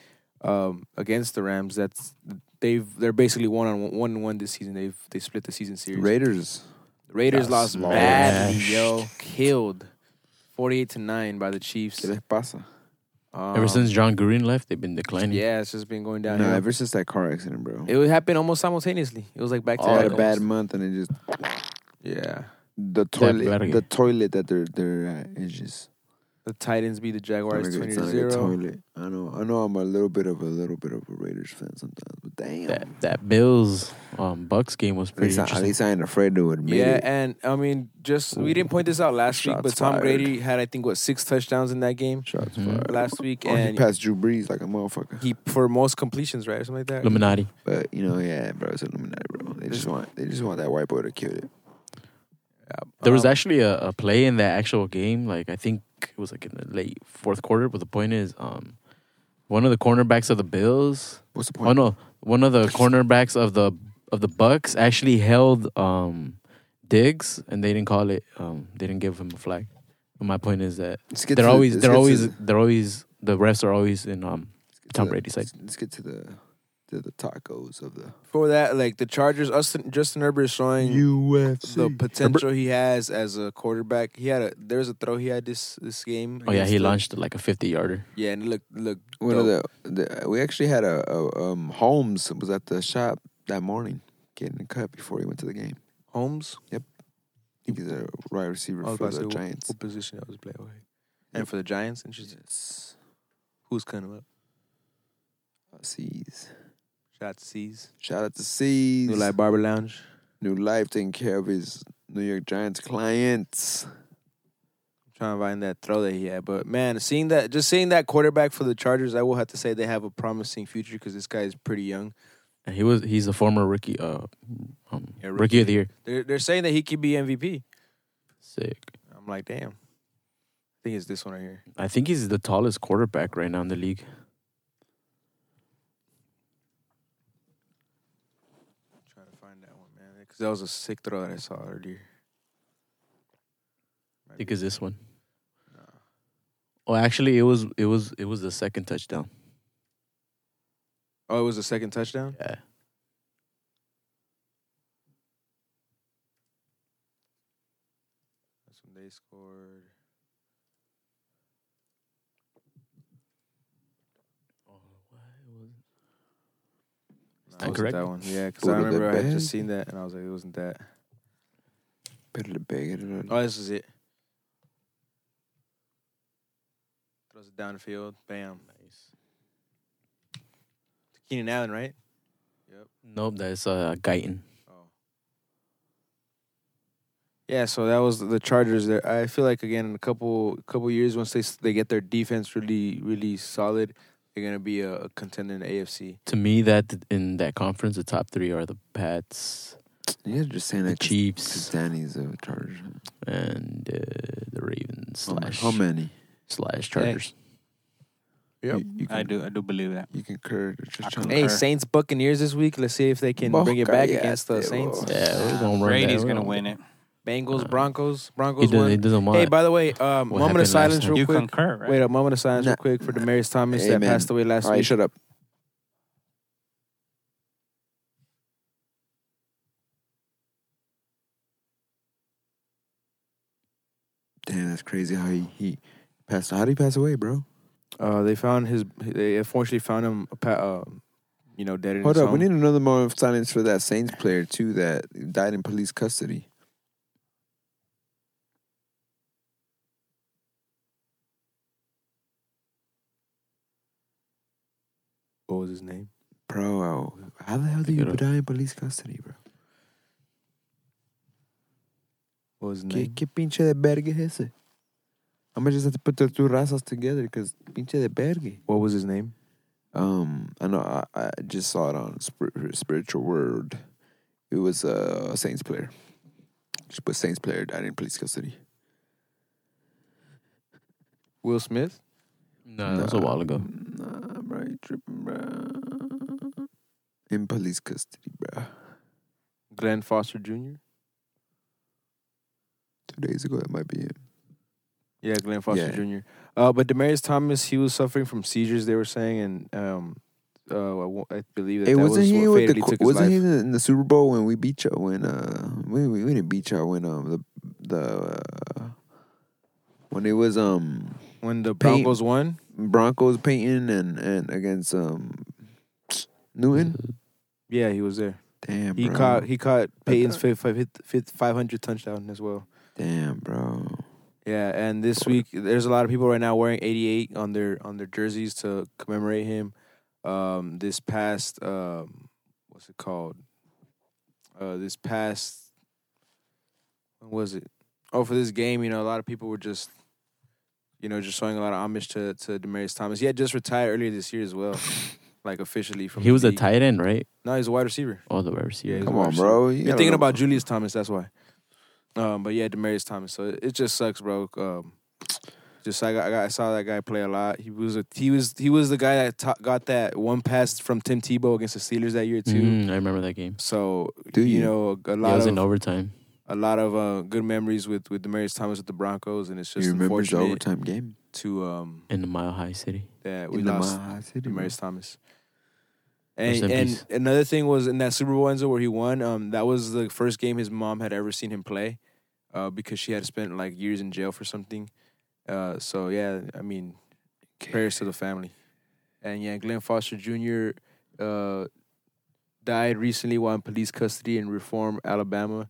[SPEAKER 3] um, against the Rams. That's they've they're basically one on one, one and one this season. They've they split the season series.
[SPEAKER 5] Raiders.
[SPEAKER 3] Raiders
[SPEAKER 5] got
[SPEAKER 3] lost
[SPEAKER 5] smashed.
[SPEAKER 3] badly, yo, killed, forty eight to nine by the Chiefs.
[SPEAKER 5] ¿Qué les pasa?
[SPEAKER 3] Um,
[SPEAKER 2] Ever since John Green left, they've been declining.
[SPEAKER 3] yeah, it's just been going down.
[SPEAKER 5] no, ever since that car accident, bro.
[SPEAKER 3] it would happen almost simultaneously. It was like back to
[SPEAKER 5] I had
[SPEAKER 3] back
[SPEAKER 5] a bad
[SPEAKER 3] almost.
[SPEAKER 5] month, and it just
[SPEAKER 3] Yeah,
[SPEAKER 5] the toilet,
[SPEAKER 2] verga.
[SPEAKER 5] the toilet that they're they're at is just.
[SPEAKER 3] the Titans beat the Jaguars
[SPEAKER 5] It's
[SPEAKER 3] twenty
[SPEAKER 5] not
[SPEAKER 3] to
[SPEAKER 5] a good
[SPEAKER 3] zero.
[SPEAKER 5] toilet. I know. I know. I'm a little bit of a little bit of a Raiders fan sometimes, but damn.
[SPEAKER 2] That that Bills um, Bucks game was
[SPEAKER 5] at,
[SPEAKER 2] pretty
[SPEAKER 5] least I, at
[SPEAKER 2] interesting.
[SPEAKER 5] least I ain't afraid to admit
[SPEAKER 3] Yeah,
[SPEAKER 5] it.
[SPEAKER 3] and I mean, just we didn't point this out last week,
[SPEAKER 5] Shots
[SPEAKER 3] but Tom
[SPEAKER 5] fired.
[SPEAKER 3] Brady had I think what six touchdowns in that game
[SPEAKER 5] Shots
[SPEAKER 2] Mhm.
[SPEAKER 5] fired.
[SPEAKER 3] last week,
[SPEAKER 5] Oh, he
[SPEAKER 3] and
[SPEAKER 5] passed Drew Brees like a motherfucker.
[SPEAKER 3] he for most completions, right, or something like that.
[SPEAKER 2] Illuminati.
[SPEAKER 5] But you know, yeah, bro, it's Illuminati, bro. They just want they just want that white boy to kill it.
[SPEAKER 2] There was
[SPEAKER 3] Um,
[SPEAKER 2] actually a, a play in that actual game. Like I think it was like in the late fourth quarter. But the point is, um, one of the cornerbacks of the Bills.
[SPEAKER 5] What's the point?
[SPEAKER 2] Oh no, one of the cornerbacks of the of the Bucks actually held um, Diggs, and they didn't call it. Um, they didn't give him a flag. But my point is that
[SPEAKER 5] Let's get
[SPEAKER 2] they're
[SPEAKER 5] to the-
[SPEAKER 2] always
[SPEAKER 5] let's
[SPEAKER 2] they're
[SPEAKER 5] get to
[SPEAKER 2] always
[SPEAKER 5] the-
[SPEAKER 2] they're always the refs are always in um
[SPEAKER 5] let's get to
[SPEAKER 2] Tom
[SPEAKER 5] the-
[SPEAKER 2] Brady's side.
[SPEAKER 5] Let's, let's get to the to the tacos of the
[SPEAKER 3] Before that, like the Chargers, Justin, Justin Herbert is showing
[SPEAKER 5] UFC.
[SPEAKER 3] the potential he has as a quarterback. He had a there was a throw he had this this game.
[SPEAKER 2] Oh yeah,
[SPEAKER 3] against
[SPEAKER 2] he
[SPEAKER 3] the-
[SPEAKER 2] launched like a fifty yarder.
[SPEAKER 3] Yeah, and look, look,
[SPEAKER 5] One of the, the we actually had a, a um Holmes was at the shop that morning getting a cut before he went to the game.
[SPEAKER 3] Holmes
[SPEAKER 5] He's a wide receiver
[SPEAKER 3] I was
[SPEAKER 5] for
[SPEAKER 3] about to
[SPEAKER 5] the
[SPEAKER 3] say,
[SPEAKER 5] Giants.
[SPEAKER 3] what position I was playing. Okay. And for the Giants, interesting.
[SPEAKER 5] Yes.
[SPEAKER 3] Who's coming up?
[SPEAKER 5] Uh, C's.
[SPEAKER 3] Shout out to C's.
[SPEAKER 5] Shout out to C's.
[SPEAKER 3] New Life Barber Lounge.
[SPEAKER 5] New Life taking care of his New York Giants clients.
[SPEAKER 3] trying to find that throw that he had. But man, seeing that, just seeing that quarterback for the Chargers, I will have to say they have a promising future because this guy is pretty young.
[SPEAKER 2] And he was he's a former rookie uh um,
[SPEAKER 3] Yeah,
[SPEAKER 2] rookie of the year.
[SPEAKER 3] They're they're saying that he could be MVP.
[SPEAKER 2] Sick.
[SPEAKER 3] I'm like, damn. I think it's this one right here.
[SPEAKER 2] I think he's the tallest quarterback right now in the league.
[SPEAKER 3] trying to find that one, man, because that was a sick throw that I saw earlier.
[SPEAKER 2] I think it's this one.
[SPEAKER 3] No.
[SPEAKER 2] Oh, actually, it was it was it was the second touchdown.
[SPEAKER 3] Oh, it was a second touchdown.
[SPEAKER 2] Yeah.
[SPEAKER 3] That's when they scored. No, it wasn't
[SPEAKER 2] Incorrect.
[SPEAKER 3] That one, yeah, because I
[SPEAKER 5] Buddha the
[SPEAKER 3] remember I had just
[SPEAKER 5] band.
[SPEAKER 3] seen that and I was like, it wasn't that.
[SPEAKER 5] Better to beg it.
[SPEAKER 3] Oh, this is it. Throws it downfield. Bam. Nice. Keenan Allen, right?
[SPEAKER 2] Nope, that's uh Guyton.
[SPEAKER 3] Oh. Yeah, so that was the Chargers. There, I feel like again in a couple couple years, once they s- they get their defense really really solid, they're gonna be a, a contender in the AFC.
[SPEAKER 2] To me, that in that conference, the top three are the Pats,
[SPEAKER 5] You're just saying
[SPEAKER 2] the
[SPEAKER 5] that 'cause- 'cause
[SPEAKER 2] Chiefs,
[SPEAKER 5] Danny's a Chargers.
[SPEAKER 2] and uh, the Ravens
[SPEAKER 5] How ma-
[SPEAKER 2] slash
[SPEAKER 5] How many?
[SPEAKER 2] slash Chargers.
[SPEAKER 5] You, you can,
[SPEAKER 4] I do. I do believe that.
[SPEAKER 5] You can cur. they're Just
[SPEAKER 4] I
[SPEAKER 5] trying to-
[SPEAKER 4] concur.
[SPEAKER 3] Hey, Saints Buccaneers this week. Let's see if they can bring it back
[SPEAKER 5] Boca,
[SPEAKER 3] against the
[SPEAKER 5] yes, they
[SPEAKER 3] Saints.
[SPEAKER 5] will.
[SPEAKER 2] Yeah, we're gonna run
[SPEAKER 4] Brady's
[SPEAKER 2] that.
[SPEAKER 4] gonna
[SPEAKER 2] We're
[SPEAKER 4] win it.
[SPEAKER 3] Bengals,
[SPEAKER 2] Uh,
[SPEAKER 3] Broncos,
[SPEAKER 2] He
[SPEAKER 3] Broncos
[SPEAKER 2] doesn't, he
[SPEAKER 3] won.
[SPEAKER 2] doesn't want.
[SPEAKER 3] Hey, by the way, um,
[SPEAKER 2] What
[SPEAKER 3] moment of
[SPEAKER 2] happened last
[SPEAKER 3] silence,
[SPEAKER 2] time?
[SPEAKER 3] real
[SPEAKER 4] You
[SPEAKER 3] quick.
[SPEAKER 4] concur, right?
[SPEAKER 3] Wait, a moment of silence,
[SPEAKER 5] Nah.
[SPEAKER 3] real quick, for Demarius Thomas that
[SPEAKER 5] Amen.
[SPEAKER 3] passed away last
[SPEAKER 5] All right,
[SPEAKER 3] week.
[SPEAKER 5] shut up. Damn, that's crazy how he, he passed. How did he pass away, bro?
[SPEAKER 3] Uh, they found his. They unfortunately found him. pa- Uh, you know, dead in
[SPEAKER 5] Hold
[SPEAKER 3] his
[SPEAKER 5] up,
[SPEAKER 3] home.
[SPEAKER 5] we need another moment of silence for that Saints player too that died in police custody.
[SPEAKER 3] what was his name?
[SPEAKER 5] Bro, how the hell do
[SPEAKER 2] Pick
[SPEAKER 5] you
[SPEAKER 2] it up.
[SPEAKER 5] die in police custody, bro?
[SPEAKER 3] What was his
[SPEAKER 5] ¿Qué,
[SPEAKER 3] name?
[SPEAKER 5] qué pinche de verga es ese? I'm gonna just have to put the two razas together because pinche de verga.
[SPEAKER 3] What was his name?
[SPEAKER 5] Um, I know I, I just saw it on Spir- Spiritual World. It was a Saints player. She put Saints player died in police custody.
[SPEAKER 3] Will Smith.
[SPEAKER 2] no, that was a while ago.
[SPEAKER 5] Nah, bro, you tripping, bro. In police custody, bro.
[SPEAKER 3] Glenn Foster Jr.
[SPEAKER 5] Two days ago, that might be it.
[SPEAKER 3] Yeah, Glenn Foster
[SPEAKER 5] Yeah.
[SPEAKER 3] Jr. Uh, but Demarius Thomas, he was suffering from seizures. They were saying, and um, uh, I wa- I believe that
[SPEAKER 5] Hey,
[SPEAKER 3] that
[SPEAKER 5] wasn't
[SPEAKER 3] was
[SPEAKER 5] he
[SPEAKER 3] what
[SPEAKER 5] with
[SPEAKER 3] fatally
[SPEAKER 5] the
[SPEAKER 3] took his
[SPEAKER 5] wasn't he
[SPEAKER 3] life.
[SPEAKER 5] in the, in the Super Bowl when we beat y'all when uh we we, we didn't beat y'all when um the the uh, when it was um
[SPEAKER 3] when the
[SPEAKER 5] Payne-
[SPEAKER 3] Broncos won.
[SPEAKER 5] Broncos Peyton and and against um Newton.
[SPEAKER 3] Yeah, he was there.
[SPEAKER 5] Damn,
[SPEAKER 3] Mm-hmm. He
[SPEAKER 5] bro.
[SPEAKER 3] caught he caught Peyton's fifth five hundred touchdown as well.
[SPEAKER 5] Damn, bro.
[SPEAKER 3] Yeah, and this week there's a lot of people right now wearing 88 on their on their jerseys to commemorate him. Um, this past um, what's it called? Uh, this past when was it? Oh, for this game, you know, a lot of people were just, you know, just showing a lot of homage to to Demarius Thomas. He had just retired earlier this year as well, like officially from.
[SPEAKER 2] He
[SPEAKER 3] the
[SPEAKER 2] was a
[SPEAKER 3] league.
[SPEAKER 2] tight end, right?
[SPEAKER 3] No, he's a wide receiver.
[SPEAKER 2] Oh, the wide
[SPEAKER 3] Yeah,
[SPEAKER 2] receiver.
[SPEAKER 3] he's
[SPEAKER 5] Come
[SPEAKER 3] a wide
[SPEAKER 5] on,
[SPEAKER 3] receiver.
[SPEAKER 5] bro. You
[SPEAKER 3] You're
[SPEAKER 5] gotta
[SPEAKER 3] thinking
[SPEAKER 5] remember-
[SPEAKER 3] about Julius Thomas, that's why. Um, but yeah, Demarius Thomas. So it, it just sucks, bro. Um, just I got, I got I saw that guy play a lot. He was a he was he was the guy that ta- got that one pass from Tim Tebow against the Steelers that year too.
[SPEAKER 2] Mm, I remember that game.
[SPEAKER 3] So
[SPEAKER 5] Mm-hmm. Do
[SPEAKER 3] you
[SPEAKER 5] you?
[SPEAKER 3] know a
[SPEAKER 2] Yeah, it
[SPEAKER 3] lot
[SPEAKER 2] was
[SPEAKER 3] of
[SPEAKER 2] in overtime.
[SPEAKER 3] a lot of uh, good memories with with Demarius Thomas with the Broncos, and it's just
[SPEAKER 5] you remember the
[SPEAKER 3] unfortunate
[SPEAKER 5] overtime game?
[SPEAKER 3] to um
[SPEAKER 2] in the Mile High City.
[SPEAKER 3] that we
[SPEAKER 5] in the
[SPEAKER 3] lost
[SPEAKER 5] Mile High City, bro.
[SPEAKER 3] Demarius Thomas.
[SPEAKER 2] Rest
[SPEAKER 3] And,
[SPEAKER 2] in
[SPEAKER 3] and
[SPEAKER 2] peace.
[SPEAKER 3] another thing was in that Super Bowl Enzo where he won. Um, that was the first game his mom had ever seen him play, uh, because she had spent like years in jail for something. Uh, so yeah, I mean, prayers to the family. And yeah, Glenn Foster Jr. Uh, died recently while in police custody in Reform, Alabama.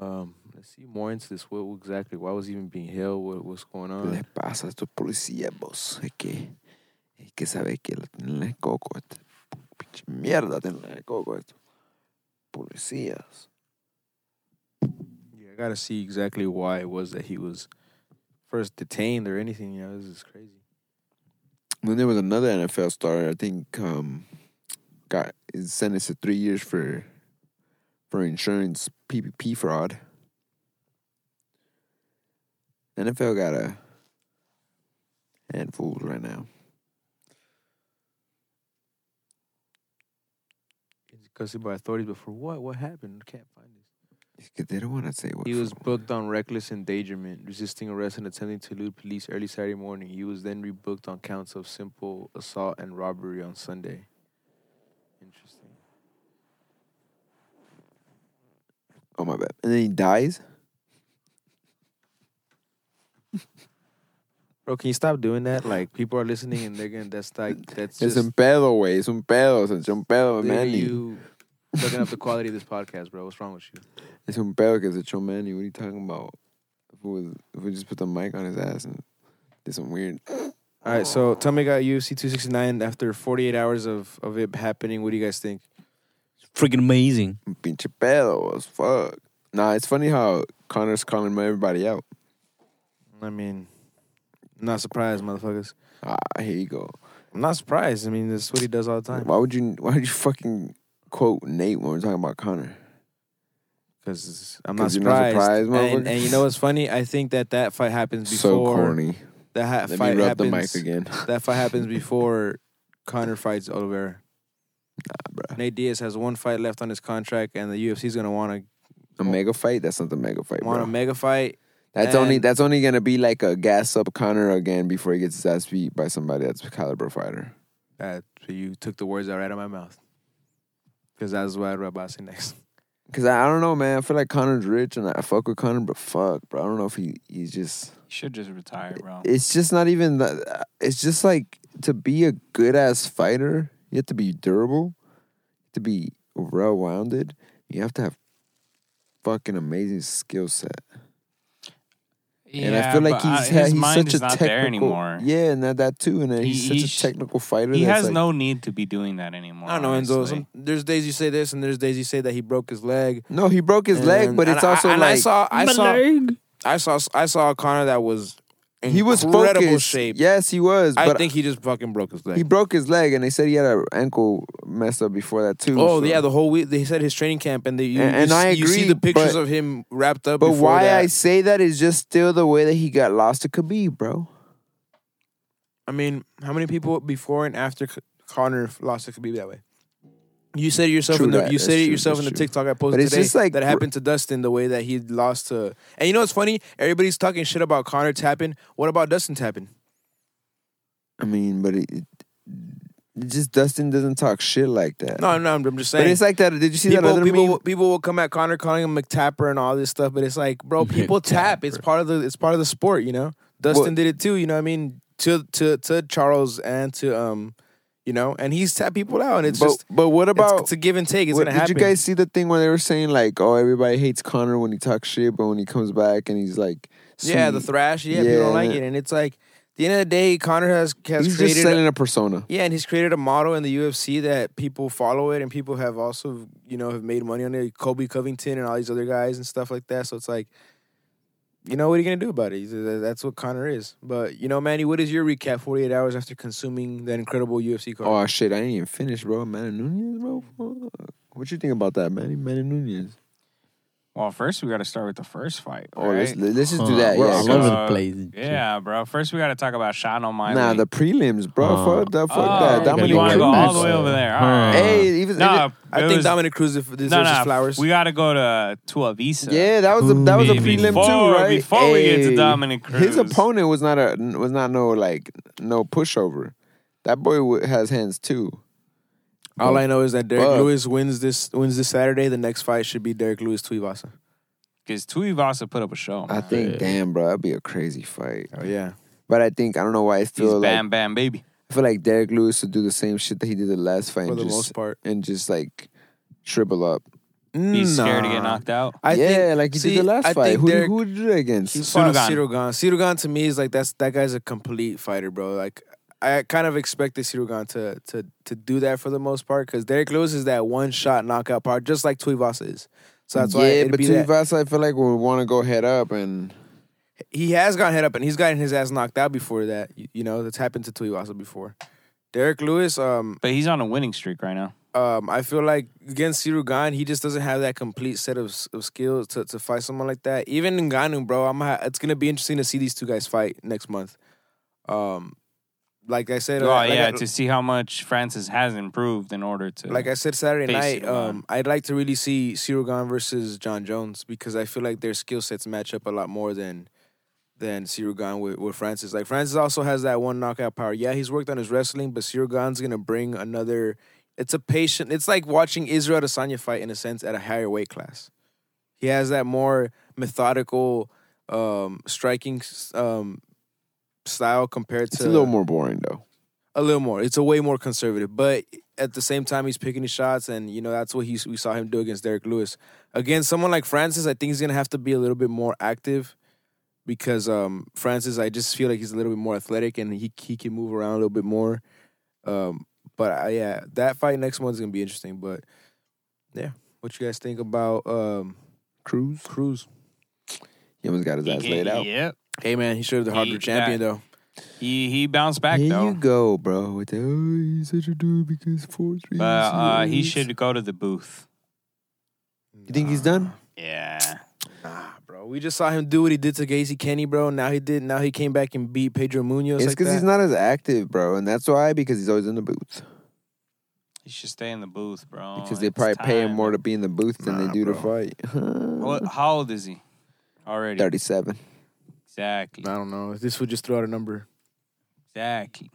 [SPEAKER 3] Um, let's see more into this. What exactly? Why was he even being held? What what's going on?
[SPEAKER 5] Le pasa a estos policías, vos? Es que, es que sabe que la tienen en el coco. Este, pinche mierda tienen en el coco. Esto. Policías.
[SPEAKER 3] Yeah, I gotta see exactly why it was that he was first detained or anything. You know, this is crazy.
[SPEAKER 5] Then there was another NFL star, I think, um, got is sentenced to three years for for insurance PPP fraud. NFL got a handful right now.
[SPEAKER 3] He's custody by authorities, but for what? What happened? Can't find this.
[SPEAKER 5] It's 'cause They don't want to say what
[SPEAKER 3] He was
[SPEAKER 5] for.
[SPEAKER 3] booked on reckless endangerment, resisting arrest, and attempting to elude police early Saturday morning. He was then rebooked on counts of simple assault and robbery on Sunday. Interesting.
[SPEAKER 5] Oh my bad. And then he dies.
[SPEAKER 3] Bro, can you stop doing that? Like people are listening and they're gonna. That's like that's
[SPEAKER 5] Es
[SPEAKER 3] just
[SPEAKER 5] un pedo, güey. Es un pedo. Es un pedo,
[SPEAKER 3] Look at
[SPEAKER 5] Manny.
[SPEAKER 3] you fucking up the quality of this podcast, bro. What's wrong with you?
[SPEAKER 5] It's un pedo que se echó Manny. What are you talking about? If, it was, if we just put the mic on his ass and did some weird.
[SPEAKER 3] All right, so tell me about UFC 269 after 48 hours of, of it happening. What do you guys think?
[SPEAKER 2] Freaking amazing.
[SPEAKER 5] Pinche pedo as fuck. Nah, it's funny how Connor's calling everybody out.
[SPEAKER 3] I mean, I'm not surprised, motherfuckers.
[SPEAKER 5] Ah, here you go.
[SPEAKER 3] I'm not surprised. I mean, that's what he does all the time.
[SPEAKER 5] Why would you? Why would you fucking quote Nate when we're talking about Connor?
[SPEAKER 3] Because I'm not
[SPEAKER 5] 'Cause you're not
[SPEAKER 3] surprised.
[SPEAKER 5] surprised,
[SPEAKER 3] and,
[SPEAKER 5] motherfucker?
[SPEAKER 3] and you know what's funny? I think that that fight happens
[SPEAKER 5] so
[SPEAKER 3] before.
[SPEAKER 5] corny.
[SPEAKER 3] That ha-
[SPEAKER 5] Let
[SPEAKER 3] fight
[SPEAKER 5] me rub
[SPEAKER 3] happens.
[SPEAKER 5] the mic again. Nah,
[SPEAKER 3] That fight happens before Connor fights Oliveira.
[SPEAKER 5] bruh.
[SPEAKER 3] Nate Diaz has one fight left on his contract, and the UFC's gonna want
[SPEAKER 5] A mega fight? That's not the mega fight,
[SPEAKER 3] to want a
[SPEAKER 5] bro.
[SPEAKER 3] mega fight.
[SPEAKER 5] That's only
[SPEAKER 3] and-
[SPEAKER 5] that's only gonna be like a gas up Connor again before he gets his ass beat by somebody that's a caliber fighter.
[SPEAKER 3] Uh, you took the words right out of my mouth. Because that's what I'd rather say next.
[SPEAKER 5] Cause I, I don't know, man. I feel like Connor's rich and I fuck with Connor, but fuck, bro. I don't know if he he's just.
[SPEAKER 4] You should just retire, bro.
[SPEAKER 5] It's just not even. The, it's just like to be a good ass fighter, you have to be durable, to be well rounded. You have to have fucking amazing skill set. and I feel like
[SPEAKER 4] but, uh,
[SPEAKER 5] he's had,
[SPEAKER 4] his
[SPEAKER 5] he's
[SPEAKER 4] mind
[SPEAKER 5] such
[SPEAKER 4] is
[SPEAKER 5] a
[SPEAKER 4] not
[SPEAKER 5] technical.
[SPEAKER 4] there anymore.
[SPEAKER 5] Yeah, and that, that too. And then
[SPEAKER 4] He-
[SPEAKER 5] he's
[SPEAKER 4] he
[SPEAKER 5] such
[SPEAKER 4] sh-
[SPEAKER 5] a technical fighter.
[SPEAKER 4] He
[SPEAKER 5] that's
[SPEAKER 4] has
[SPEAKER 5] like-
[SPEAKER 4] no need to be doing that anymore.
[SPEAKER 3] I don't know, Enzo.
[SPEAKER 4] honestly.
[SPEAKER 3] Some, there's days you say this, and there's days you say that he broke his leg.
[SPEAKER 5] No, he broke his
[SPEAKER 3] and-
[SPEAKER 5] leg, but
[SPEAKER 3] and
[SPEAKER 5] it's
[SPEAKER 3] I-
[SPEAKER 5] also
[SPEAKER 3] and
[SPEAKER 5] like
[SPEAKER 3] I saw, I saw,
[SPEAKER 2] leg.
[SPEAKER 3] I saw, I saw a Connor that was in
[SPEAKER 5] he was
[SPEAKER 3] incredible
[SPEAKER 5] focused.
[SPEAKER 3] shape.
[SPEAKER 5] Yes, he was.
[SPEAKER 3] I
[SPEAKER 5] but
[SPEAKER 3] think he just fucking broke his leg.
[SPEAKER 5] He broke his leg, and they said he had an ankle messed up before that too.
[SPEAKER 3] oh
[SPEAKER 5] so-
[SPEAKER 3] yeah, the whole week they said his training camp, and they, you,
[SPEAKER 5] And-
[SPEAKER 3] you
[SPEAKER 5] and
[SPEAKER 3] see,
[SPEAKER 5] I
[SPEAKER 3] you see
[SPEAKER 5] agree,
[SPEAKER 3] the pictures
[SPEAKER 5] but-
[SPEAKER 3] of him wrapped up.
[SPEAKER 5] but
[SPEAKER 3] before
[SPEAKER 5] why
[SPEAKER 3] that.
[SPEAKER 5] I say that is just still the way that he got lost to Khabib, bro.
[SPEAKER 3] I mean, how many people before and after C- Connor f- lost to Khabib that way? You said it yourself
[SPEAKER 5] True
[SPEAKER 3] in the
[SPEAKER 5] that.
[SPEAKER 3] you
[SPEAKER 5] That's
[SPEAKER 3] said it
[SPEAKER 5] true.
[SPEAKER 3] yourself in
[SPEAKER 5] That's
[SPEAKER 3] the
[SPEAKER 5] true.
[SPEAKER 3] TikTok I posted
[SPEAKER 5] But it's
[SPEAKER 3] today
[SPEAKER 5] just like-
[SPEAKER 3] that happened to Dustin the way that he lost to. And you know what's funny? Everybody's talking shit about Connor tapping. What about Dustin tapping?
[SPEAKER 5] I mean, but it, it- Just Dustin doesn't talk shit like that.
[SPEAKER 3] No, no, I'm, I'm just saying.
[SPEAKER 5] but it's like that. Did you see that
[SPEAKER 3] people
[SPEAKER 5] other
[SPEAKER 3] people,
[SPEAKER 5] meme?
[SPEAKER 3] will- people will come at Connor calling him McTapper and all this stuff, but it's like, bro, people tap. It's part of the it's part of the sport, you know. Dustin
[SPEAKER 5] Well-
[SPEAKER 3] did it too, you know. What I mean, to to to Charles and to um, you know, and he's tapped people out, and it's
[SPEAKER 5] but,
[SPEAKER 3] just
[SPEAKER 5] but what
[SPEAKER 3] about,
[SPEAKER 5] about
[SPEAKER 3] it's, a give and take. It's
[SPEAKER 5] What-
[SPEAKER 3] gonna happen.
[SPEAKER 5] Did you guys see the thing where they were saying like, "Oh, everybody hates Connor when he talks shit, but when he comes back and he's like,
[SPEAKER 3] yeah, the
[SPEAKER 5] sweet,
[SPEAKER 3] thrash. Yeah, people
[SPEAKER 5] Yeah,
[SPEAKER 3] don't like
[SPEAKER 5] and-
[SPEAKER 3] it, and it's like at the end of the day, Connor has has
[SPEAKER 5] he's just
[SPEAKER 3] created.
[SPEAKER 5] selling a persona."
[SPEAKER 3] yeah, and he's created a model in the UFC that people follow it, and people have also, you know, have made money on it. Kobe Covington and all these other guys and stuff like that. So it's like, you know, what are you gonna do about it? He's- uh, That's what Connor is. But you know, Manny, what is your recap? Forty eight hours after consuming that incredible UFC card.
[SPEAKER 5] Oh shit, I didn't even finish, bro. Manny Nunez, bro. Fuck. What you think about that, Manny? Manny Nunez.
[SPEAKER 4] Well, first we got to start with the first fight.
[SPEAKER 5] Oh,
[SPEAKER 4] right?
[SPEAKER 5] let's, let's just
[SPEAKER 2] Huh,
[SPEAKER 5] do that.
[SPEAKER 2] we're
[SPEAKER 5] Yeah,
[SPEAKER 2] all
[SPEAKER 5] go.
[SPEAKER 2] over the place.
[SPEAKER 4] Uh, Yeah, bro. First we got to talk about Sean O'Malley.
[SPEAKER 5] Nah, the prelims, bro.
[SPEAKER 2] Huh.
[SPEAKER 5] fuck that. Fuck
[SPEAKER 4] Oh,
[SPEAKER 5] that.
[SPEAKER 4] you
[SPEAKER 5] Dominic
[SPEAKER 4] wanna go all
[SPEAKER 5] Cruz.
[SPEAKER 4] the way over there. All
[SPEAKER 2] Huh.
[SPEAKER 4] right.
[SPEAKER 5] Hey, even
[SPEAKER 4] no,
[SPEAKER 5] even-
[SPEAKER 3] I
[SPEAKER 4] it
[SPEAKER 3] think
[SPEAKER 4] was-
[SPEAKER 3] Dominic Cruz def- deserves
[SPEAKER 4] No,
[SPEAKER 3] his
[SPEAKER 4] no,
[SPEAKER 3] flowers.
[SPEAKER 4] we got to go to Tua Visa.
[SPEAKER 5] yeah, that was a that was a
[SPEAKER 4] Ooh,
[SPEAKER 5] prelim
[SPEAKER 4] before-
[SPEAKER 5] too, right?
[SPEAKER 4] before we get to
[SPEAKER 5] Hey,
[SPEAKER 4] Dominic Cruz.
[SPEAKER 5] his opponent was not a was not no like no pushover. That boy w- has hands too.
[SPEAKER 3] all I know is that Derek
[SPEAKER 5] Oh, Fuck.
[SPEAKER 3] Lewis wins this wins this Saturday. The next fight should be Derek Lewis Tuivasa.
[SPEAKER 4] because Tuivasa put up a show.
[SPEAKER 5] I
[SPEAKER 4] man.
[SPEAKER 5] think, damn, bro, that'd be a crazy fight.
[SPEAKER 3] Oh yeah.
[SPEAKER 5] But I think I don't know why I
[SPEAKER 4] He's
[SPEAKER 5] feel like
[SPEAKER 4] bam, bam, baby.
[SPEAKER 5] I feel like Derek Lewis would do the same shit that he did the last fight
[SPEAKER 3] For
[SPEAKER 5] and
[SPEAKER 3] the
[SPEAKER 5] just
[SPEAKER 3] most part.
[SPEAKER 5] and just like shrivel up.
[SPEAKER 4] He's scared to
[SPEAKER 3] Nah.
[SPEAKER 4] get knocked out.
[SPEAKER 3] I
[SPEAKER 5] yeah,
[SPEAKER 3] think-
[SPEAKER 5] like he
[SPEAKER 3] see,
[SPEAKER 5] did the last
[SPEAKER 3] I
[SPEAKER 5] fight.
[SPEAKER 3] think
[SPEAKER 5] Who
[SPEAKER 3] Derek-
[SPEAKER 5] who would you do that against?
[SPEAKER 3] He's fought
[SPEAKER 4] Sudogan.
[SPEAKER 3] Cirogan. Cirogan to me is like that's that guy's a complete fighter, bro. Like I kind of expected Cirogan to to to do that for the most part because Derek Lewis is that one shot knockout part, just like Tuivasa is. So that's why
[SPEAKER 5] yeah,
[SPEAKER 3] it'd
[SPEAKER 5] but
[SPEAKER 3] be that.
[SPEAKER 5] Tuivasa, I feel like would want to go head up and
[SPEAKER 3] he has gone head up and he's gotten his ass knocked out before that. You, you know that's happened to Tuivasa before. Derek Lewis, um,
[SPEAKER 4] But he's on a winning streak right now.
[SPEAKER 3] um, I feel like against Cirugan, he just doesn't have that complete set of, of skills to, to fight someone like that. Even Ngannou, bro, I'm ha- it's gonna be interesting to see these two guys fight next month. Um, like I said,
[SPEAKER 4] Oh
[SPEAKER 3] like
[SPEAKER 4] yeah,
[SPEAKER 3] I,
[SPEAKER 4] to see how much Francis has improved in order to
[SPEAKER 3] like I said Saturday
[SPEAKER 4] Face
[SPEAKER 3] night,
[SPEAKER 4] Cirugan.
[SPEAKER 3] um, I'd like to really see Cirugan versus John Jones because I feel like their skill sets match up a lot more than than Cirugan with, with Francis. Like Francis also has that one knockout power. Yeah, he's worked on his wrestling, but Cirugan's gonna bring another. It's a patient. It's like watching Israel Adesanya fight in a sense at a higher weight class. He has that more methodical um, striking um, style compared to
[SPEAKER 5] it's a little more boring though.
[SPEAKER 3] a little more. It's a way more conservative, but at the same time, he's picking his shots, and you know that's what he we saw him do against Derek Lewis. Against someone like Francis, I think he's gonna have to be a little bit more active because um, Francis, I just feel like he's a little bit more athletic and he he can move around a little bit more. Um, but I, yeah, that fight next month's gonna be interesting. But yeah, what you guys think about um,
[SPEAKER 5] Cruz,
[SPEAKER 3] Cruz?
[SPEAKER 5] he almost got his ass laid out.
[SPEAKER 4] Yep.
[SPEAKER 3] Hey man, he should have the
[SPEAKER 4] He-
[SPEAKER 3] harder champion
[SPEAKER 4] that-
[SPEAKER 3] though.
[SPEAKER 4] He he bounced back
[SPEAKER 5] Here you
[SPEAKER 4] though.
[SPEAKER 5] go, bro. With the, oh, he's such a dude because four three.
[SPEAKER 4] But uh, he should go to the booth.
[SPEAKER 5] You think he's done?
[SPEAKER 4] Yeah.
[SPEAKER 3] Nah, bro. We just saw him do what he did to Gacy Kenny, bro. Now he did. Now he came back and beat Pedro Munoz.
[SPEAKER 5] It's
[SPEAKER 3] like
[SPEAKER 5] because
[SPEAKER 3] that.
[SPEAKER 5] he's not as active, bro, and that's why because he's always in the booth.
[SPEAKER 4] He should stay in the booth, bro.
[SPEAKER 5] Because they
[SPEAKER 4] Oh, It's
[SPEAKER 5] probably pay him
[SPEAKER 4] time.
[SPEAKER 5] more to be in the booth than
[SPEAKER 3] Nah,
[SPEAKER 5] they do
[SPEAKER 3] bro.
[SPEAKER 5] to fight.
[SPEAKER 4] What, how old is he? Already.
[SPEAKER 5] Thirty-seven.
[SPEAKER 4] Exactly.
[SPEAKER 3] I don't know. This would just throw out a number.
[SPEAKER 4] Exactly.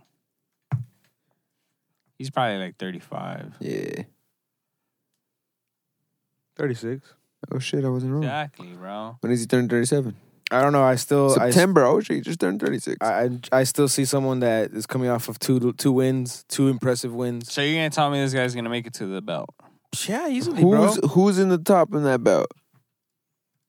[SPEAKER 4] He's probably like 35.
[SPEAKER 5] Yeah.
[SPEAKER 3] Thirty-six.
[SPEAKER 5] Oh shit, I wasn't wrong.
[SPEAKER 4] Exactly, bro.
[SPEAKER 5] When is he turning thirty-seven?
[SPEAKER 3] I don't know. I still
[SPEAKER 5] September. oh shit, he just turned thirty-six.
[SPEAKER 3] I, I I still see someone that is coming off of two two wins, two impressive wins.
[SPEAKER 4] So you're gonna tell me this guy's gonna make it to the belt?
[SPEAKER 3] Yeah, easily,
[SPEAKER 5] who's who's in the top in that belt?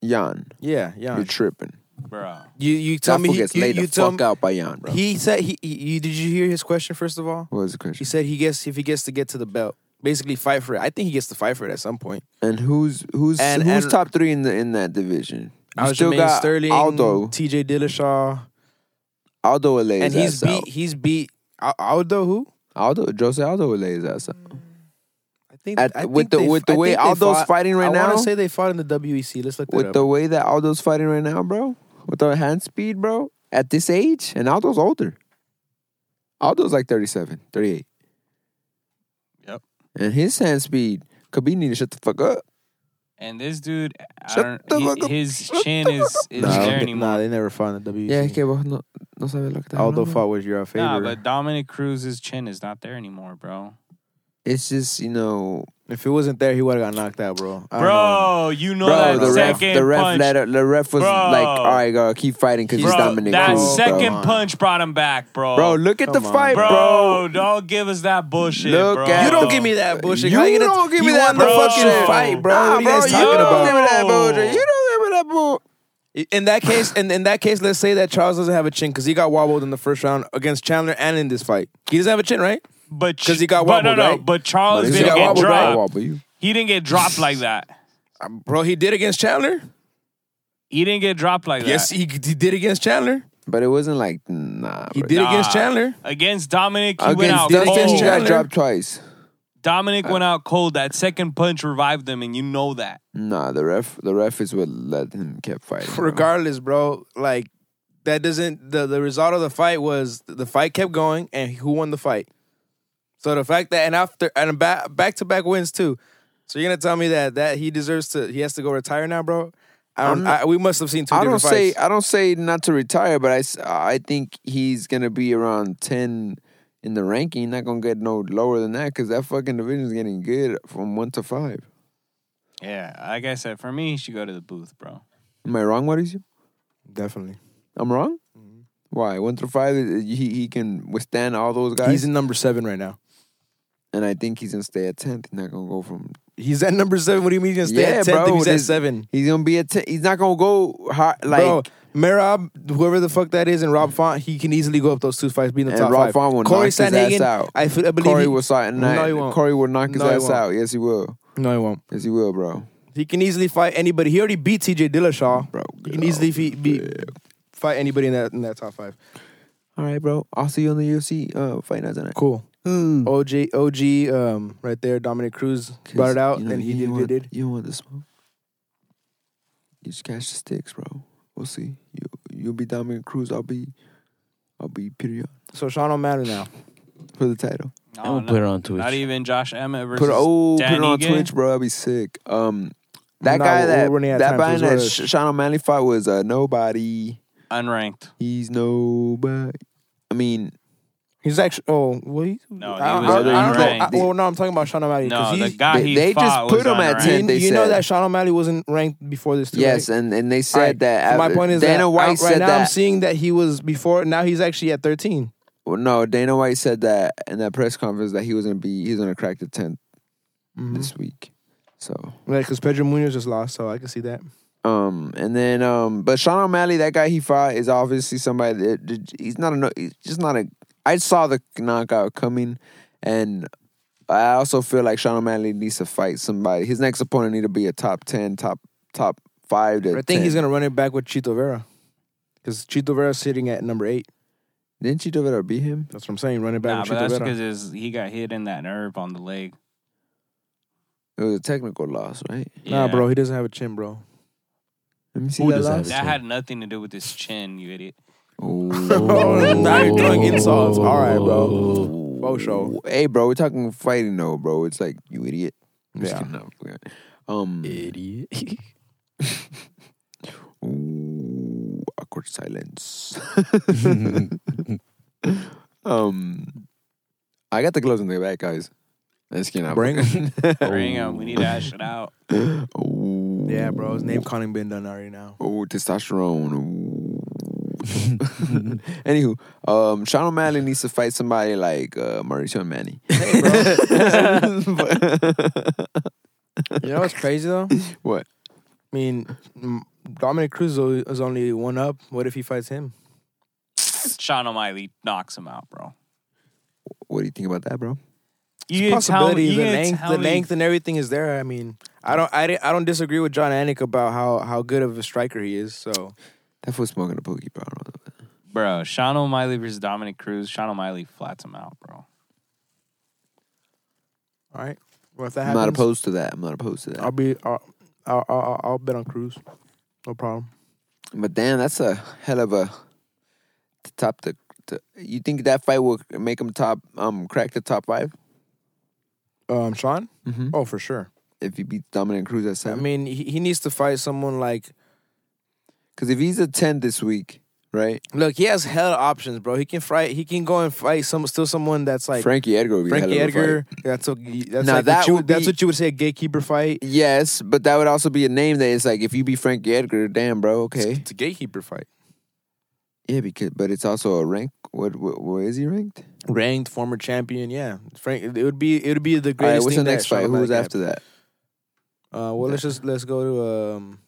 [SPEAKER 5] Jan.
[SPEAKER 3] Yeah, yeah.
[SPEAKER 5] You're tripping.
[SPEAKER 4] Bro.
[SPEAKER 3] You you tell
[SPEAKER 5] that
[SPEAKER 3] me
[SPEAKER 5] fool
[SPEAKER 3] he,
[SPEAKER 5] gets
[SPEAKER 3] you,
[SPEAKER 5] laid
[SPEAKER 3] you
[SPEAKER 5] the
[SPEAKER 3] tell
[SPEAKER 5] fuck
[SPEAKER 3] me,
[SPEAKER 5] out by Jan, bro.
[SPEAKER 3] he said he, he, he did you hear his question first of all?
[SPEAKER 5] what was the
[SPEAKER 3] He
[SPEAKER 5] question?
[SPEAKER 3] said he gets if he gets to get to the belt, basically fight for it. I think he gets to fight for it at some point.
[SPEAKER 5] And who's who's
[SPEAKER 3] And-
[SPEAKER 5] who's
[SPEAKER 3] and-
[SPEAKER 5] top three in the in that division? You
[SPEAKER 3] Aljamain Sterling,
[SPEAKER 5] Aldo.
[SPEAKER 3] T.J. Dillashaw,
[SPEAKER 5] Aldo will lay his
[SPEAKER 3] and he's
[SPEAKER 5] ass out.
[SPEAKER 3] beat. He's beat Al- Aldo. Who?
[SPEAKER 5] Aldo Jose Aldo will lay his ass out.
[SPEAKER 3] I think
[SPEAKER 5] At- with the- with the way Aldo's fighting right
[SPEAKER 3] I
[SPEAKER 5] now?
[SPEAKER 3] want to say they fought in the WEC. Let's look that
[SPEAKER 5] With
[SPEAKER 3] up.
[SPEAKER 5] the way that Aldo's fighting right now, bro, with the hand speed, bro, at this age, and Aldo's older. Aldo's like 37, 38.
[SPEAKER 4] Yep.
[SPEAKER 5] And his hand speed, Khabib need to shut the fuck up.
[SPEAKER 4] And this dude, I
[SPEAKER 5] Shut
[SPEAKER 4] don't,
[SPEAKER 5] the
[SPEAKER 4] he-
[SPEAKER 5] fuck up.
[SPEAKER 4] his
[SPEAKER 5] Shut
[SPEAKER 4] chin
[SPEAKER 5] the
[SPEAKER 4] is
[SPEAKER 5] fuck
[SPEAKER 4] is
[SPEAKER 5] up.
[SPEAKER 4] not there
[SPEAKER 5] No, but-
[SPEAKER 3] they,
[SPEAKER 4] anymore.
[SPEAKER 3] nah, they never fought in the WC.
[SPEAKER 5] Ya es que vos no, no sabes lo que estás
[SPEAKER 3] Aldo
[SPEAKER 5] hablando.
[SPEAKER 3] fought was your favor.
[SPEAKER 4] Nah, but Dominic Cruz's chin is not there anymore, bro.
[SPEAKER 5] It's just, you know,
[SPEAKER 3] if it wasn't there, he would have got knocked out, bro. I don't know.
[SPEAKER 4] Bro, you know
[SPEAKER 5] bro,
[SPEAKER 4] that
[SPEAKER 5] the ref,
[SPEAKER 4] second
[SPEAKER 5] the ref,
[SPEAKER 4] punch.
[SPEAKER 5] let her, the ref was
[SPEAKER 4] Bro.
[SPEAKER 5] like, all right, girl, keep fighting because he's
[SPEAKER 4] bro,
[SPEAKER 5] Dominic
[SPEAKER 4] that
[SPEAKER 5] Cruz,
[SPEAKER 4] second
[SPEAKER 5] bro.
[SPEAKER 4] punch brought him back, bro.
[SPEAKER 5] Bro, look at
[SPEAKER 3] Come
[SPEAKER 5] the
[SPEAKER 3] on,
[SPEAKER 5] fight,
[SPEAKER 4] bro,
[SPEAKER 5] bro.
[SPEAKER 4] don't give us that bullshit,
[SPEAKER 5] Look
[SPEAKER 4] bro.
[SPEAKER 5] at
[SPEAKER 3] You
[SPEAKER 5] the-
[SPEAKER 3] don't give me that bullshit.
[SPEAKER 5] You
[SPEAKER 3] How you gonna-
[SPEAKER 5] don't give me
[SPEAKER 3] you
[SPEAKER 5] that
[SPEAKER 3] won the
[SPEAKER 5] bullshit.
[SPEAKER 3] fucking fight, bro.
[SPEAKER 5] Nah,
[SPEAKER 3] what are you guys
[SPEAKER 5] you
[SPEAKER 3] talking
[SPEAKER 5] don't
[SPEAKER 3] about?
[SPEAKER 5] give me that bullshit.
[SPEAKER 4] No.
[SPEAKER 5] You don't give me that bull.
[SPEAKER 3] In that case, in, in that case, let's say that Charles doesn't have a chin because he got wobbled in the first round against Chandler and in this fight. He doesn't have a chin, right?
[SPEAKER 4] but
[SPEAKER 3] 'Cause he got
[SPEAKER 4] but no,
[SPEAKER 3] wobbled,
[SPEAKER 4] no,
[SPEAKER 3] right?
[SPEAKER 4] But Charles
[SPEAKER 5] He
[SPEAKER 4] didn't
[SPEAKER 5] got
[SPEAKER 4] get
[SPEAKER 5] wobbled,
[SPEAKER 4] dropped.
[SPEAKER 5] got wobbled, you.
[SPEAKER 4] He didn't get dropped like that. Uh,
[SPEAKER 3] Um, Bro, he did against Chandler.
[SPEAKER 4] He didn't get dropped like
[SPEAKER 3] Yes,
[SPEAKER 4] that.
[SPEAKER 3] he, he did against Chandler.
[SPEAKER 5] But it wasn't like, nah,
[SPEAKER 3] He
[SPEAKER 5] bro.
[SPEAKER 3] did against
[SPEAKER 4] Nah.
[SPEAKER 3] Chandler.
[SPEAKER 4] Against Dominic, he went out
[SPEAKER 5] Against
[SPEAKER 4] cold.
[SPEAKER 5] Dustin, he got
[SPEAKER 3] Chandler.
[SPEAKER 5] dropped twice.
[SPEAKER 4] Dominic went out cold. That second punch revived him, and you know that.
[SPEAKER 5] Nah, the ref, the ref is what let him kept fighting. bro.
[SPEAKER 3] Regardless, bro, like that doesn't the, the result of the fight was the fight kept going and who won the fight. So the fact that and after and back back to back wins too. So you're gonna tell me that that he deserves to he has to go retire now, bro? I don't. I, we must have seen two
[SPEAKER 5] I don't
[SPEAKER 3] different
[SPEAKER 5] say
[SPEAKER 3] fights.
[SPEAKER 5] I don't say not to retire, but I, s- I think he's gonna be around ten in the ranking. Not gonna get no lower than that because that fucking division is getting good from one to five.
[SPEAKER 4] Yeah, like I said, for me, he should go to the booth, bro.
[SPEAKER 5] Am I wrong? What is you?
[SPEAKER 3] Definitely,
[SPEAKER 5] I'm wrong.
[SPEAKER 3] Mm-hmm.
[SPEAKER 5] Why one through five? uh, He he can withstand all those guys,
[SPEAKER 3] he's in number seven right now.
[SPEAKER 5] and I think he's gonna stay at tenth. He's not gonna go from.
[SPEAKER 3] He's at number seven. What do you mean he's gonna stay
[SPEAKER 5] Yeah,
[SPEAKER 3] at tenth?
[SPEAKER 5] bro,
[SPEAKER 3] if he's at
[SPEAKER 5] this-
[SPEAKER 3] seven.
[SPEAKER 5] He's gonna be at. 10, he's not gonna go high, like.
[SPEAKER 3] bro, Merab, whoever the fuck that is, and Rob Font, he can easily go up those two fights, be in the
[SPEAKER 5] And
[SPEAKER 3] top
[SPEAKER 5] Rob
[SPEAKER 3] five.
[SPEAKER 5] Font will knock his ass out.
[SPEAKER 3] I, feel, I believe
[SPEAKER 5] Corey
[SPEAKER 3] he,
[SPEAKER 5] will start
[SPEAKER 3] No, he
[SPEAKER 5] night.
[SPEAKER 3] won't.
[SPEAKER 5] Corey will knock his
[SPEAKER 3] No, he
[SPEAKER 5] ass
[SPEAKER 3] won't.
[SPEAKER 5] out. Yes, he will.
[SPEAKER 3] No, he won't.
[SPEAKER 5] Yes, he will, bro.
[SPEAKER 3] He can easily fight anybody. He already beat T.J. Dillashaw.
[SPEAKER 5] Bro,
[SPEAKER 3] he
[SPEAKER 5] get
[SPEAKER 3] can easily
[SPEAKER 5] off
[SPEAKER 3] fe- be, fight anybody in that in that top five.
[SPEAKER 5] All right, bro. I'll see you on the UFC uh, fight night tonight.
[SPEAKER 3] Cool.
[SPEAKER 5] Mm.
[SPEAKER 3] OG, OG, um, right there. Dominic Cruz brought it out,
[SPEAKER 5] You know,
[SPEAKER 3] and he
[SPEAKER 5] you
[SPEAKER 3] did
[SPEAKER 5] don't
[SPEAKER 3] what he
[SPEAKER 5] want,
[SPEAKER 3] did.
[SPEAKER 5] You don't want the smoke. You just catch the sticks, bro. We'll see. You you'll be Dominic Cruz. I'll be I'll be Perion
[SPEAKER 3] So Sean O'Malley now.
[SPEAKER 5] for the title.
[SPEAKER 4] No,
[SPEAKER 2] I'm gonna
[SPEAKER 4] no,
[SPEAKER 2] put it on Twitch.
[SPEAKER 4] not even Josh Emmett versus
[SPEAKER 5] Put oh
[SPEAKER 4] Dan
[SPEAKER 5] put it on
[SPEAKER 4] Ige.
[SPEAKER 5] Twitch, bro. I'll be sick. Um, that
[SPEAKER 3] Nah,
[SPEAKER 5] guy
[SPEAKER 3] we're-
[SPEAKER 5] that
[SPEAKER 3] we're running out of time,
[SPEAKER 5] that
[SPEAKER 3] so
[SPEAKER 5] guy in
[SPEAKER 3] let's
[SPEAKER 5] that
[SPEAKER 3] go
[SPEAKER 5] Sh- Sean O'Malley fight was uh, nobody.
[SPEAKER 4] unranked.
[SPEAKER 5] He's nobody. I mean,
[SPEAKER 3] He's actually. Oh, well, he,
[SPEAKER 4] No, he
[SPEAKER 3] I,
[SPEAKER 4] was
[SPEAKER 3] I, I don't know.
[SPEAKER 5] unranked.
[SPEAKER 3] I- well, no, I'm talking about Sean O'Malley. 'cause
[SPEAKER 4] No, the
[SPEAKER 3] he's-
[SPEAKER 4] guy
[SPEAKER 5] they-
[SPEAKER 4] he
[SPEAKER 5] they just
[SPEAKER 4] fought
[SPEAKER 5] put
[SPEAKER 4] was
[SPEAKER 5] him at
[SPEAKER 4] unranked.
[SPEAKER 5] 10.
[SPEAKER 3] You,
[SPEAKER 5] they
[SPEAKER 3] you know
[SPEAKER 5] said.
[SPEAKER 3] that Sean O'Malley wasn't ranked before this. Too,
[SPEAKER 5] yes,
[SPEAKER 3] right?
[SPEAKER 5] and, and they said
[SPEAKER 3] Alright,
[SPEAKER 5] that
[SPEAKER 3] so my
[SPEAKER 5] after-
[SPEAKER 3] point is
[SPEAKER 5] Dana
[SPEAKER 3] that
[SPEAKER 5] White
[SPEAKER 3] I- right
[SPEAKER 5] said
[SPEAKER 3] now I'm
[SPEAKER 5] that.
[SPEAKER 3] seeing that he was before. Now he's actually at 13.
[SPEAKER 5] Well, no, Dana White said that in that press conference that he was gonna be he's gonna crack the 10th
[SPEAKER 3] Mm-hmm.
[SPEAKER 5] this week. So
[SPEAKER 3] Right, because Pedro Munoz just lost, so I can see that.
[SPEAKER 5] Um, and then um, but Sean O'Malley, that guy he fought is obviously somebody that that- he's not a no- he's just not a. I saw the knockout coming, and I also feel like Sean O'Malley needs to fight somebody. His next opponent need to be a top ten, top top five. To
[SPEAKER 3] I think
[SPEAKER 5] 10.
[SPEAKER 3] he's gonna run it back with Chito Vera, because Chito Vera's sitting at number eight.
[SPEAKER 5] Didn't you do it or beat him?
[SPEAKER 3] That's what I'm saying. Run it
[SPEAKER 4] Nah,
[SPEAKER 3] back
[SPEAKER 4] but that's
[SPEAKER 3] with Chito Vera.
[SPEAKER 4] because he got hit in that nerve on the leg.
[SPEAKER 5] It was a technical loss, right?
[SPEAKER 4] Yeah.
[SPEAKER 3] Nah, bro, he doesn't have a chin, bro.
[SPEAKER 5] Let me see
[SPEAKER 2] Who
[SPEAKER 5] that
[SPEAKER 2] does that?
[SPEAKER 5] loss.
[SPEAKER 4] That had nothing to do with his chin, you idiot.
[SPEAKER 5] Oh.
[SPEAKER 3] now you're throwing insults. All right, bro.
[SPEAKER 5] Oh,
[SPEAKER 3] show.
[SPEAKER 5] Hey, bro, we're talking fighting though, bro. It's like you idiot. I'm just
[SPEAKER 3] Yeah.
[SPEAKER 5] kidding. No, we're- Um.
[SPEAKER 2] Idiot.
[SPEAKER 5] Ooh, awkward silence. um, I got the gloves in the back, guys. Let's get out.
[SPEAKER 3] Bring 'em.
[SPEAKER 4] Bring him. We need that shit out.
[SPEAKER 5] Ooh,
[SPEAKER 3] Yeah, bro. His name calling been done already now.
[SPEAKER 5] Ooh, testosterone. Ooh. Anywho, um, Sean O'Malley needs to fight somebody like uh, Mauricio Manny.
[SPEAKER 3] You know what's crazy though?
[SPEAKER 5] What?
[SPEAKER 3] I mean, mm, Dominic Cruz o- is only one up. What if he fights him?
[SPEAKER 4] Sean O'Malley knocks him out, bro.
[SPEAKER 5] What do you think about that, bro?
[SPEAKER 4] You can tell me.
[SPEAKER 3] possibility,
[SPEAKER 4] You
[SPEAKER 3] the
[SPEAKER 4] can
[SPEAKER 3] length,
[SPEAKER 4] tell
[SPEAKER 3] the
[SPEAKER 4] me-
[SPEAKER 3] length, and everything is there. I mean, I don't, I, di- I don't disagree with John Anik about how how good of a striker he is. So
[SPEAKER 5] That fool's smoking a pookie, bro. I don't know.
[SPEAKER 4] bro. Sean O'Malley versus Dominic Cruz. Sean O'Malley flats him out, bro.
[SPEAKER 3] all right, well if that
[SPEAKER 5] I'm
[SPEAKER 3] happens,
[SPEAKER 5] not opposed to that. I'm not opposed to that.
[SPEAKER 3] I'll be, I'll, I'll, I'll, I'll bet on Cruz. No problem.
[SPEAKER 5] But damn, that's a hell of a to top the. To, you think that fight will make him top? Um, crack the top five.
[SPEAKER 3] Um, Sean.
[SPEAKER 5] Mm-hmm.
[SPEAKER 3] Oh, for sure.
[SPEAKER 5] if he beats Dominic Cruz at
[SPEAKER 3] I
[SPEAKER 5] seven?
[SPEAKER 3] mean, he, he needs to fight someone like.
[SPEAKER 5] Because if he's a ten this week, right?
[SPEAKER 3] Look, he has hell options, bro. He can fight. He can go and fight some still someone that's like
[SPEAKER 5] Frankie Edgar would be a
[SPEAKER 3] Frankie
[SPEAKER 5] hell of a fight.
[SPEAKER 3] Edgar. That's what that's
[SPEAKER 5] Now
[SPEAKER 3] like
[SPEAKER 5] that
[SPEAKER 3] what you,
[SPEAKER 5] would
[SPEAKER 3] that's
[SPEAKER 5] be-
[SPEAKER 3] what you would say a gatekeeper fight.
[SPEAKER 5] Yes, but that would also be a name that is like if you beat Frankie Edgar, damn bro, okay.
[SPEAKER 3] It's a gatekeeper fight.
[SPEAKER 5] Yeah, because but it's also a rank. What what, what is he ranked?
[SPEAKER 3] Ranked former champion, yeah. Frank, it would be it would be the
[SPEAKER 5] All
[SPEAKER 3] greatest.
[SPEAKER 5] right, what's the
[SPEAKER 3] thing that
[SPEAKER 5] next fight?
[SPEAKER 3] Sean
[SPEAKER 5] Who was
[SPEAKER 3] O'Malley
[SPEAKER 5] after that?
[SPEAKER 3] got. Uh, well, let's just let's go to um.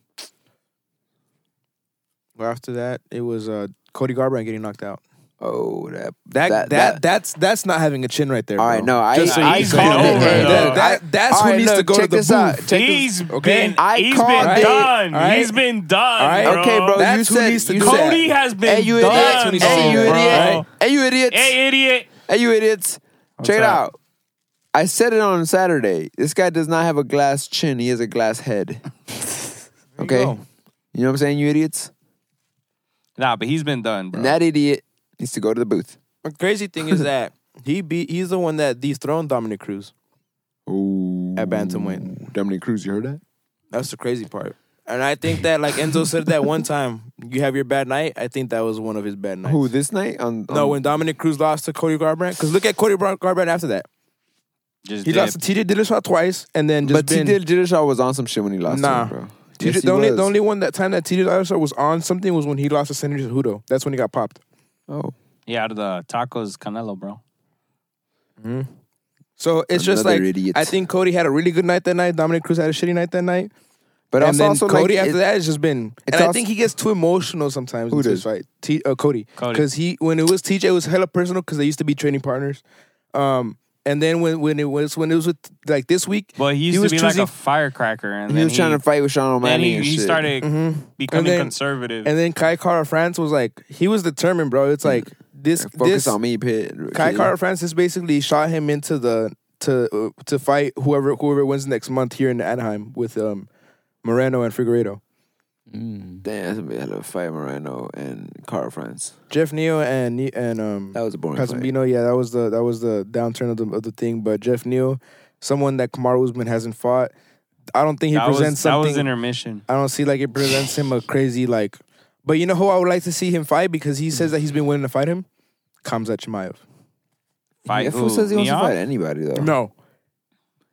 [SPEAKER 3] Well, after that, it was uh, Cody Garbrandt getting knocked out.
[SPEAKER 5] Oh, that
[SPEAKER 3] That
[SPEAKER 5] That-
[SPEAKER 3] that,
[SPEAKER 5] that-
[SPEAKER 3] that's that's not having a chin right there.
[SPEAKER 5] All right,
[SPEAKER 3] bro.
[SPEAKER 5] no, I
[SPEAKER 4] Just so
[SPEAKER 5] I,
[SPEAKER 4] you
[SPEAKER 5] I
[SPEAKER 4] call
[SPEAKER 5] called
[SPEAKER 4] it
[SPEAKER 5] it.
[SPEAKER 4] over,
[SPEAKER 5] That-
[SPEAKER 4] though.
[SPEAKER 5] that-
[SPEAKER 3] That's
[SPEAKER 5] all
[SPEAKER 3] who
[SPEAKER 5] right,
[SPEAKER 3] needs to
[SPEAKER 5] look,
[SPEAKER 3] go to
[SPEAKER 5] check
[SPEAKER 3] the
[SPEAKER 5] this out.
[SPEAKER 3] booth.
[SPEAKER 5] Check this-
[SPEAKER 4] He's
[SPEAKER 3] okay.
[SPEAKER 4] been,
[SPEAKER 5] I
[SPEAKER 4] he's
[SPEAKER 5] called
[SPEAKER 4] been
[SPEAKER 5] it.
[SPEAKER 4] done.
[SPEAKER 3] All right.
[SPEAKER 4] He's been done.
[SPEAKER 3] All right.
[SPEAKER 4] Bro.
[SPEAKER 5] Okay, bro, you
[SPEAKER 3] That's who
[SPEAKER 5] said
[SPEAKER 3] needs to
[SPEAKER 5] you
[SPEAKER 3] do
[SPEAKER 5] said-
[SPEAKER 3] that.
[SPEAKER 4] Cody has been
[SPEAKER 5] Hey, you
[SPEAKER 4] done.
[SPEAKER 3] That's what
[SPEAKER 5] idiots!
[SPEAKER 3] he's
[SPEAKER 5] Hey,
[SPEAKER 3] saying,
[SPEAKER 5] you
[SPEAKER 4] bro.
[SPEAKER 5] idiots! Hey, you idiots!
[SPEAKER 4] Hey, idiot.
[SPEAKER 5] Hey, you idiots! Check it
[SPEAKER 4] up?
[SPEAKER 5] out. I said it on Saturday. This guy does not have a glass chin. He has a glass head. okay,
[SPEAKER 3] go.
[SPEAKER 5] you know what I'm saying, you idiots?
[SPEAKER 4] Nah, but he's been done, bro.
[SPEAKER 5] And that idiot needs to go to the booth.
[SPEAKER 3] The crazy thing is that he beat. He's the one that dethroned Dominic Cruz
[SPEAKER 5] Ooh.
[SPEAKER 3] at bantamweight.
[SPEAKER 5] Dominic Cruz, you heard that?
[SPEAKER 3] That's the crazy part. And I think that like Enzo said that one time, you have your bad night. I think that was one of his bad nights.
[SPEAKER 5] Who this night? On,
[SPEAKER 3] No,
[SPEAKER 5] on-
[SPEAKER 3] when Dominic Cruz lost to Cody Garbrandt, because look at Cody Bar- Garbrandt after that.
[SPEAKER 4] Just
[SPEAKER 3] He
[SPEAKER 4] dipped.
[SPEAKER 3] lost to TJ Dillashaw twice, and then just
[SPEAKER 5] but T.
[SPEAKER 3] been-
[SPEAKER 5] Dillashaw was on some shit when he lost.
[SPEAKER 3] Nah.
[SPEAKER 5] to him, bro.
[SPEAKER 3] TJ
[SPEAKER 5] Yes, he
[SPEAKER 3] the only
[SPEAKER 5] was.
[SPEAKER 3] the only one that time that TJ Dillashaw was on something was when he lost to Senator Hudo. That's when he got popped.
[SPEAKER 5] Oh,
[SPEAKER 4] Yeah, out of the tacos, Canelo, bro.
[SPEAKER 3] So it's just
[SPEAKER 5] Another
[SPEAKER 3] like
[SPEAKER 5] idiot.
[SPEAKER 3] I think Cody had a really good night that night. Dominic Cruz had a shitty night that night.
[SPEAKER 5] but
[SPEAKER 3] and
[SPEAKER 5] also,
[SPEAKER 3] then
[SPEAKER 5] also
[SPEAKER 3] Cody
[SPEAKER 5] like,
[SPEAKER 3] after
[SPEAKER 5] it-
[SPEAKER 3] that has just been. And
[SPEAKER 5] it's also-
[SPEAKER 3] I think he gets too emotional sometimes.
[SPEAKER 5] Who
[SPEAKER 3] into his
[SPEAKER 5] does?
[SPEAKER 3] fight? T, uh, Cody.
[SPEAKER 4] Cody.
[SPEAKER 3] Because he when it was TJ it was hella personal because they used to be training partners. Um, and then when when it was when it was with like this week,
[SPEAKER 4] But he used to
[SPEAKER 3] was
[SPEAKER 4] be
[SPEAKER 3] choosing-
[SPEAKER 4] like a firecracker, and
[SPEAKER 5] he
[SPEAKER 4] then
[SPEAKER 5] was trying to fight with Sean O'Malley
[SPEAKER 4] Then he,
[SPEAKER 5] and
[SPEAKER 4] he
[SPEAKER 5] shit.
[SPEAKER 4] started
[SPEAKER 3] Mm-hmm.
[SPEAKER 4] becoming
[SPEAKER 3] And then-
[SPEAKER 4] conservative.
[SPEAKER 3] and then Kai Kara France was like he was determined, bro. It's like this
[SPEAKER 5] Focus
[SPEAKER 3] this
[SPEAKER 5] on me, Pitt.
[SPEAKER 3] Kai
[SPEAKER 5] kid.
[SPEAKER 3] Kara Francis basically shot him into the to uh, to fight whoever whoever wins next month here in Anaheim with um Moreno and Figueredo.
[SPEAKER 5] Damn, that's gonna be a hell of a fight, Moreno and Carl France.
[SPEAKER 3] Jeff Neal and Ne- and um
[SPEAKER 5] That was a boring fight.
[SPEAKER 3] Casemiro, yeah, that was the that was the downturn of the of the thing. But Jeff Neal, someone that Kamaru Usman hasn't fought, I don't think he
[SPEAKER 4] that,
[SPEAKER 3] presents
[SPEAKER 4] was, that
[SPEAKER 3] something.
[SPEAKER 4] was intermission.
[SPEAKER 3] I don't see like it presents him a crazy like. But you know who I would like to see him fight because he says that he's been willing to fight him, Kamzat Chimaev.
[SPEAKER 4] Fight
[SPEAKER 5] yeah,
[SPEAKER 4] who?
[SPEAKER 5] fool says he wants to
[SPEAKER 4] Neon?
[SPEAKER 5] fight anybody though.
[SPEAKER 3] No,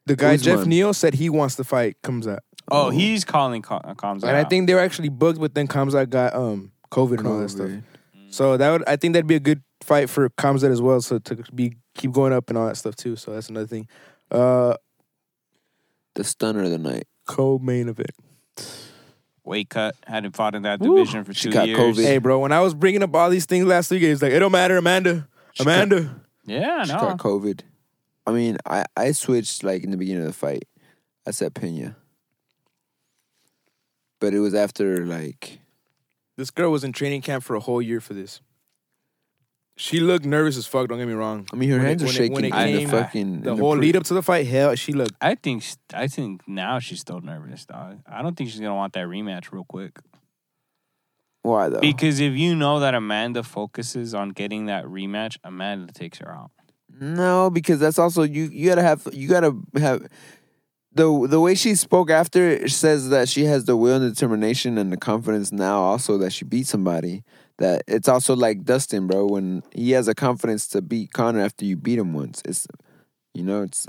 [SPEAKER 3] the guy Jeff
[SPEAKER 5] Usman.
[SPEAKER 3] Neal said he wants to fight Kamzat.
[SPEAKER 4] Oh, he's calling com- comms
[SPEAKER 3] And I think they were actually booked, but then Kamzat got um COVID, and all that stuff.
[SPEAKER 5] COVID.
[SPEAKER 3] So that would I think that'd be a good fight for Kamzat as well. So to be keep going up and all that stuff too. So that's another thing. Uh,
[SPEAKER 5] the stunner of the night.
[SPEAKER 3] co-main event.
[SPEAKER 4] weight cut hadn't fought in that division for
[SPEAKER 5] She
[SPEAKER 4] two
[SPEAKER 5] got
[SPEAKER 4] years.
[SPEAKER 5] COVID.
[SPEAKER 3] Hey, bro, when I was bringing up all these things last week, it was like it don't matter, Amanda. Amanda.
[SPEAKER 4] Yeah,
[SPEAKER 5] She
[SPEAKER 4] no.
[SPEAKER 5] got COVID. I mean, I I switched like in the beginning of the fight. I said Pena, but it was after like
[SPEAKER 3] This girl was in training camp for a whole year for this. She looked nervous as fuck. Don't get me wrong.
[SPEAKER 5] I mean, her
[SPEAKER 3] When it-
[SPEAKER 5] hands are
[SPEAKER 3] when it-
[SPEAKER 5] shaking
[SPEAKER 3] when it
[SPEAKER 5] in
[SPEAKER 3] came-
[SPEAKER 5] the fucking
[SPEAKER 3] The
[SPEAKER 5] in
[SPEAKER 3] whole
[SPEAKER 5] pre-
[SPEAKER 3] lead up to the fight, hell, she looked.
[SPEAKER 4] I think s- I think now she's still nervous. Dog. I don't think she's gonna want that rematch real quick
[SPEAKER 5] Why though?
[SPEAKER 4] because if you know that Amanda focuses on getting that rematch, Amanda takes her out.
[SPEAKER 5] No, because that's also you. You gotta have. You gotta have. The, the way she spoke after it says that she has the will and determination and the confidence now also that she beat somebody that it's also like Dustin bro when he has a confidence to beat Connor after you beat him once it's you know it's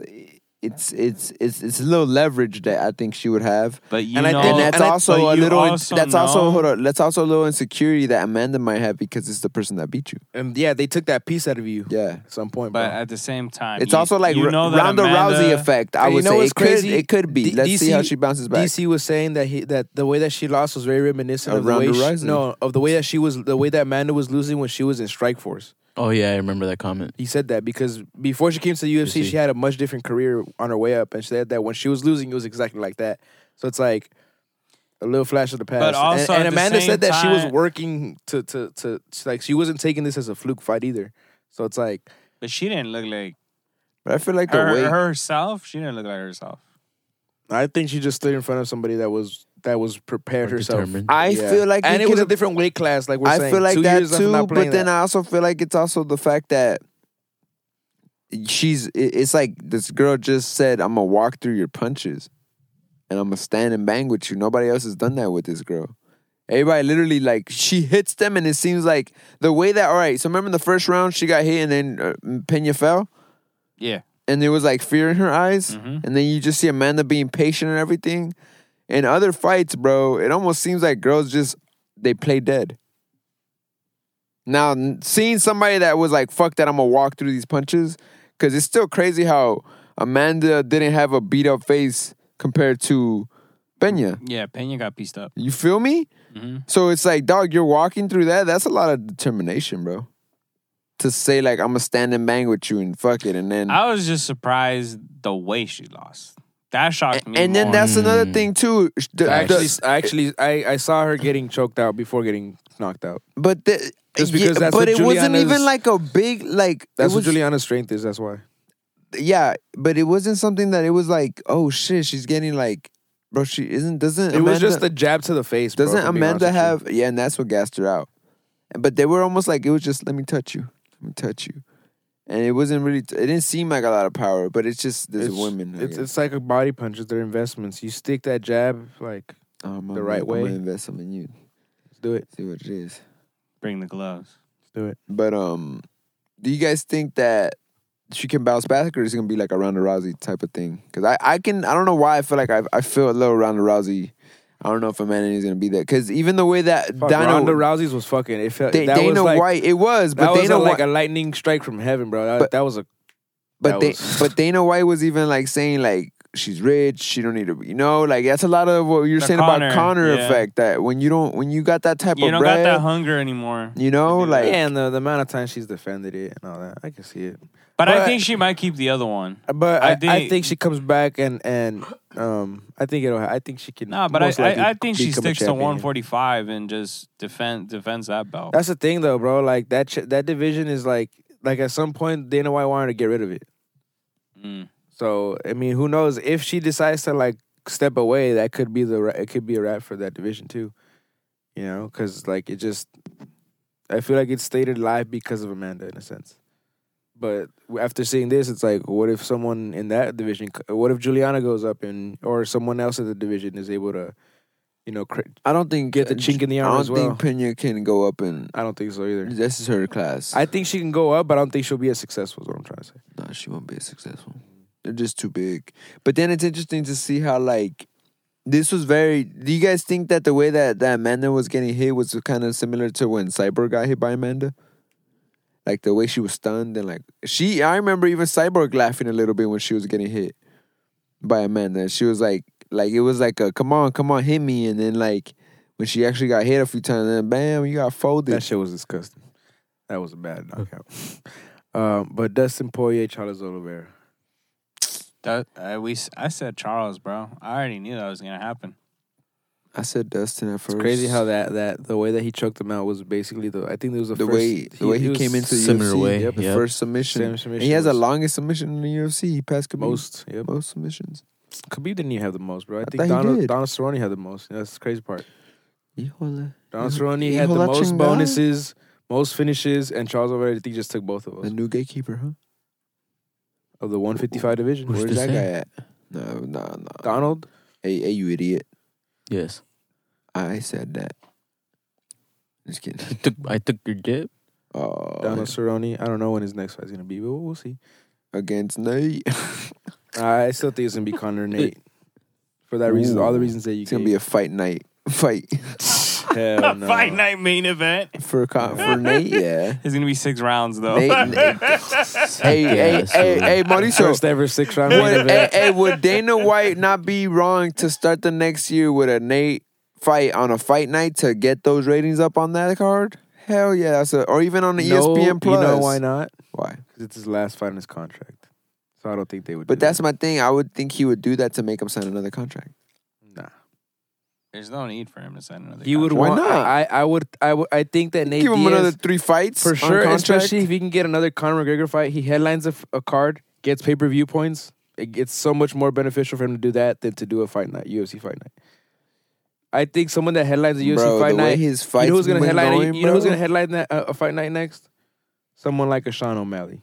[SPEAKER 5] it's it's it's it's a little leverage that I think she would have
[SPEAKER 4] But you
[SPEAKER 3] And I
[SPEAKER 4] know,
[SPEAKER 3] think-
[SPEAKER 5] and that's
[SPEAKER 3] and I-
[SPEAKER 5] also
[SPEAKER 4] but
[SPEAKER 5] a
[SPEAKER 4] you
[SPEAKER 5] little
[SPEAKER 4] also
[SPEAKER 5] that's also
[SPEAKER 4] know-
[SPEAKER 5] hold on that's also a little insecurity that Amanda might have because it's the person that beat you
[SPEAKER 3] And yeah, they took that piece out of you.
[SPEAKER 5] yeah
[SPEAKER 3] At some point,
[SPEAKER 4] but
[SPEAKER 3] bro.
[SPEAKER 4] at the same time,
[SPEAKER 5] It's
[SPEAKER 4] you-
[SPEAKER 5] also like
[SPEAKER 4] you
[SPEAKER 5] R-
[SPEAKER 4] know that
[SPEAKER 5] Ronda
[SPEAKER 4] Amanda-
[SPEAKER 5] Rousey effect. I
[SPEAKER 3] And you
[SPEAKER 5] would
[SPEAKER 3] know
[SPEAKER 5] say
[SPEAKER 3] what's
[SPEAKER 5] it could,
[SPEAKER 3] crazy?
[SPEAKER 5] it could be.
[SPEAKER 3] D-
[SPEAKER 5] Let's see how
[SPEAKER 3] DC
[SPEAKER 5] she bounces back.
[SPEAKER 3] DC was saying that he that the way that she lost was very reminiscent
[SPEAKER 5] Of
[SPEAKER 3] of, the way
[SPEAKER 5] Ronda
[SPEAKER 3] she,
[SPEAKER 5] Rousey.
[SPEAKER 3] no of the way that she was the way that Amanda was losing when she was in Strike Force.
[SPEAKER 2] Oh yeah, I remember that comment.
[SPEAKER 3] He said that because before she came to the UFC,
[SPEAKER 2] see.
[SPEAKER 3] she had a much different career on her way up, and she said that when she was losing, it was exactly like that. So it's like a little flash of the past.
[SPEAKER 4] But also
[SPEAKER 3] and, and
[SPEAKER 4] at the
[SPEAKER 3] Amanda
[SPEAKER 4] same
[SPEAKER 3] said that she was
[SPEAKER 4] time-
[SPEAKER 3] working to to to like she wasn't taking this as a fluke fight either. So it's like
[SPEAKER 4] but she didn't look like
[SPEAKER 5] but I feel like the way
[SPEAKER 4] her, herself. She didn't look like herself.
[SPEAKER 3] I think she just stood in front of somebody that was that was prepared
[SPEAKER 2] Or
[SPEAKER 3] herself.
[SPEAKER 2] determined.
[SPEAKER 5] I feel like
[SPEAKER 3] and
[SPEAKER 5] we
[SPEAKER 3] it was a
[SPEAKER 5] could've-
[SPEAKER 3] different weight class. Like we're
[SPEAKER 5] I
[SPEAKER 3] saying,
[SPEAKER 5] feel like
[SPEAKER 3] two
[SPEAKER 5] that
[SPEAKER 3] years of
[SPEAKER 5] too.
[SPEAKER 3] not
[SPEAKER 5] But
[SPEAKER 3] playing
[SPEAKER 5] then
[SPEAKER 3] that.
[SPEAKER 5] I also feel like it's also the fact that she's. it- It's like this girl just said, "I'm gonna walk through your punches." and I'm gonna stand and bang with you. Nobody else has done that with this girl. Everybody literally like she hits them, and it seems like the way that all right. So remember in the first round she got hit, and then uh, Pena fell,
[SPEAKER 4] Yeah.
[SPEAKER 5] and there was like fear in her eyes, and then you just see Amanda being patient and everything. In other fights, bro, it almost seems like girls just they play dead. Now n- seeing somebody that was like, "Fuck that," I'm gonna walk through these punches because it's still crazy how Amanda didn't have a beat up face compared to Pena.
[SPEAKER 4] Yeah, Pena got pieced up.
[SPEAKER 5] You feel me? So it's like, dog, you're walking through that. That's a lot of determination, bro. To say like I'm gonna stand and bang with you and fuck it, and then
[SPEAKER 4] I was just surprised the way she lost. That shocked me.
[SPEAKER 5] and then
[SPEAKER 4] more.
[SPEAKER 5] that's another thing too. The-
[SPEAKER 3] I actually,
[SPEAKER 5] the-
[SPEAKER 3] I actually, I, I saw her getting choked out before getting knocked out.
[SPEAKER 5] but the,
[SPEAKER 3] Just because that's what
[SPEAKER 5] but it wasn't even
[SPEAKER 3] Juliana's-
[SPEAKER 5] like a big like.
[SPEAKER 3] That's
[SPEAKER 5] it was,
[SPEAKER 3] what Juliana's strength is. That's why.
[SPEAKER 5] Yeah, but it wasn't something that it was like, oh shit, she's getting like, bro, she isn't doesn't.
[SPEAKER 3] It was
[SPEAKER 5] Amanda-
[SPEAKER 3] just a jab to the face. bro,
[SPEAKER 5] Doesn't
[SPEAKER 3] if I'm being honest
[SPEAKER 5] Amanda
[SPEAKER 3] with you.
[SPEAKER 5] have? Yeah, and that's what gassed her out. But they were almost like it was just let me touch you, let me touch you, and it wasn't really. It didn't seem like a lot of power, but it's just there's
[SPEAKER 3] It's-
[SPEAKER 5] women. I
[SPEAKER 3] It's,
[SPEAKER 5] guess.
[SPEAKER 3] it's like a body punch. It's their investments. You stick that jab, like
[SPEAKER 5] Um,
[SPEAKER 3] the
[SPEAKER 5] I'm
[SPEAKER 3] right
[SPEAKER 5] gonna- I'm
[SPEAKER 3] way.
[SPEAKER 5] gonna invest some in you.
[SPEAKER 3] let's do it,
[SPEAKER 5] See what it is.
[SPEAKER 4] bring the gloves.
[SPEAKER 3] let's do it.
[SPEAKER 5] But um, do you guys think that she can bounce back, or is it gonna be like a Ronda Rousey type of thing? Because I, I can I don't know why I feel like I I feel a little Ronda Rousey. I don't know if Amanda is gonna be there because even the way that
[SPEAKER 3] Fuck,
[SPEAKER 5] Dana,
[SPEAKER 3] Ronda Rousey's was fucking. It felt
[SPEAKER 5] Da-
[SPEAKER 3] that was
[SPEAKER 5] Dana
[SPEAKER 3] like
[SPEAKER 5] White, it was,
[SPEAKER 3] that
[SPEAKER 5] but
[SPEAKER 3] was
[SPEAKER 5] Dana
[SPEAKER 3] a, like
[SPEAKER 5] White,
[SPEAKER 3] a lightning strike from heaven, bro. That,
[SPEAKER 5] But-
[SPEAKER 3] that was a
[SPEAKER 5] but
[SPEAKER 3] that
[SPEAKER 5] they,
[SPEAKER 3] was-
[SPEAKER 5] but Dana White was even like saying like she's rich, she don't need to, you know, like that's a lot of what you're
[SPEAKER 4] The
[SPEAKER 5] saying
[SPEAKER 4] Conor,
[SPEAKER 5] about Connor
[SPEAKER 4] yeah.
[SPEAKER 5] effect that when you don't when you got that type
[SPEAKER 4] You
[SPEAKER 5] of
[SPEAKER 4] don't
[SPEAKER 5] bread,
[SPEAKER 4] got that hunger anymore.
[SPEAKER 5] you know,
[SPEAKER 4] Yeah.
[SPEAKER 5] like
[SPEAKER 3] yeah, and the, the amount of time she's defended it and all that, I can see it.
[SPEAKER 4] But, I
[SPEAKER 3] But-
[SPEAKER 4] think she might keep the other one.
[SPEAKER 3] Uh, But
[SPEAKER 4] I
[SPEAKER 3] I, I, think,
[SPEAKER 4] think-
[SPEAKER 3] she comes back and and um, I think it'll. ha- I think she can.
[SPEAKER 4] No, but I,
[SPEAKER 3] most likely
[SPEAKER 4] I, I think she
[SPEAKER 3] become a
[SPEAKER 4] sticks to
[SPEAKER 3] champion.
[SPEAKER 4] 145 and just defend defends that belt.
[SPEAKER 3] That's the thing, though, bro. Like that ch- that division is like like at some point Dana White wanted to get rid of it.
[SPEAKER 4] Mm.
[SPEAKER 3] So I mean, who knows if she decides to like step away? That could be the ra- it could be a wrap for that division too. You know, because like it just, I feel like it's stated live because of Amanda in a sense. But after seeing this, it's like, what if someone in that division? c- What if Juliana goes up and or someone else in the division is able to, you know, cr-
[SPEAKER 5] I don't think
[SPEAKER 3] Get the chink in the
[SPEAKER 5] I
[SPEAKER 3] armor
[SPEAKER 5] don't
[SPEAKER 3] as well.
[SPEAKER 5] think Pena can go up and
[SPEAKER 3] I don't think so either.
[SPEAKER 5] this is her class.
[SPEAKER 3] I think she can go up, but I don't think she'll be as successful. Is what I'm trying to say.
[SPEAKER 5] No, she won't be as successful. They're just too big. But then it's interesting to see how like this was very. Do you guys think that the way that that Amanda was getting hit was kind of similar to when Cyborg got hit by Amanda? Like the way she was stunned and like she. I remember even Cyborg laughing a little bit when she was getting hit by Amanda. She was like, like it was like a come on, come on, hit me, and then like. When she actually got hit a few times, then bam, you got folded.
[SPEAKER 3] That shit was disgusting. That was a bad knockout. um, but Dustin Poirier, Charles Oliveira.
[SPEAKER 4] That I we s- I said Charles, bro. I already knew that was gonna happen.
[SPEAKER 5] I said Dustin at first.
[SPEAKER 3] It's crazy how that that the way that he choked him out was basically the I think it was the,
[SPEAKER 5] the
[SPEAKER 3] first,
[SPEAKER 5] way the way he,
[SPEAKER 3] was
[SPEAKER 5] came into the
[SPEAKER 2] similar
[SPEAKER 5] UFC,
[SPEAKER 2] way,
[SPEAKER 5] the
[SPEAKER 2] yep.
[SPEAKER 5] first submission.
[SPEAKER 3] Same
[SPEAKER 5] And
[SPEAKER 3] submission
[SPEAKER 5] he has the
[SPEAKER 3] was-
[SPEAKER 5] longest submission in the UFC. He passed Khabib.
[SPEAKER 3] most. Yep.
[SPEAKER 5] most submissions.
[SPEAKER 3] Khabib didn't even have the most, bro. I, think
[SPEAKER 5] thought he
[SPEAKER 3] Donald
[SPEAKER 5] did.
[SPEAKER 3] Donald Cerrone had the most. That's the crazy part.
[SPEAKER 5] Híjole.
[SPEAKER 3] Donald
[SPEAKER 5] He-
[SPEAKER 3] Cerrone
[SPEAKER 5] he
[SPEAKER 3] had the
[SPEAKER 5] hold that
[SPEAKER 3] most
[SPEAKER 5] chin down?
[SPEAKER 3] bonuses, most finishes, and Charles Oliveira I think just took both of
[SPEAKER 5] The
[SPEAKER 3] us
[SPEAKER 5] new gatekeeper, huh?
[SPEAKER 3] of the 155 division.
[SPEAKER 2] Where's
[SPEAKER 5] Where's
[SPEAKER 2] this
[SPEAKER 5] that guy
[SPEAKER 2] at?
[SPEAKER 5] at? No, no, no.
[SPEAKER 3] Donald,
[SPEAKER 5] Hey, hey, you idiot!
[SPEAKER 2] Yes.
[SPEAKER 5] I said that. Just
[SPEAKER 2] I
[SPEAKER 5] kidding.
[SPEAKER 2] took, I took your dip.
[SPEAKER 5] Oh,
[SPEAKER 3] Donald Cerrone. I don't know when his next fight's gonna be, but we'll see.
[SPEAKER 5] against Nate.
[SPEAKER 3] I still think it's gonna be Conor and Nate. For that reason,
[SPEAKER 5] Ooh.
[SPEAKER 3] all the reasons that you
[SPEAKER 5] it's gonna be
[SPEAKER 3] gave.
[SPEAKER 5] a fight night. Fight
[SPEAKER 3] Hell no.
[SPEAKER 4] Fight night main event.
[SPEAKER 5] for Con- for Nate, yeah.
[SPEAKER 4] It's gonna be six rounds though.
[SPEAKER 5] Nate, Nate. hey, hey,
[SPEAKER 2] that's
[SPEAKER 5] hey,
[SPEAKER 2] true.
[SPEAKER 5] hey, Mauricio.
[SPEAKER 3] First ever six round main
[SPEAKER 5] would, hey,
[SPEAKER 3] event.
[SPEAKER 5] hey, would Dana White not be wrong to start the next year with a Nate fight on a fight night to get those ratings up on that card? Hell yeah, that's a, or even on the E ESPN Plus.
[SPEAKER 3] You know why not?
[SPEAKER 5] Why?
[SPEAKER 3] Because it's his last fight in his contract. So I don't think they would.
[SPEAKER 5] But
[SPEAKER 3] do
[SPEAKER 5] that's
[SPEAKER 3] that.
[SPEAKER 5] my thing. I would think he would do that to make him sign another contract.
[SPEAKER 3] nah.
[SPEAKER 4] There's no need for him to sign another.
[SPEAKER 3] He would.
[SPEAKER 5] Why
[SPEAKER 3] want,
[SPEAKER 5] not?
[SPEAKER 3] I, I would. I would. I think that Nate
[SPEAKER 5] Give him
[SPEAKER 3] Diaz,
[SPEAKER 5] another three fights
[SPEAKER 3] for
[SPEAKER 5] on
[SPEAKER 3] sure.
[SPEAKER 5] contract.
[SPEAKER 3] Especially if he can get another Conor McGregor fight, he headlines a, f- a card, gets pay per view points. It, it's so much more beneficial for him to do that than to do a fight night, UFC fight night. I think someone that headlines a UFC
[SPEAKER 5] bro,
[SPEAKER 3] fight
[SPEAKER 5] the way
[SPEAKER 3] night
[SPEAKER 5] his
[SPEAKER 3] you
[SPEAKER 5] fights
[SPEAKER 3] know who's gonna
[SPEAKER 5] been
[SPEAKER 3] headline?
[SPEAKER 5] going,
[SPEAKER 3] you know who's
[SPEAKER 5] bro?
[SPEAKER 3] gonna headline that, uh, a fight night next? Someone like a Sean O'Malley.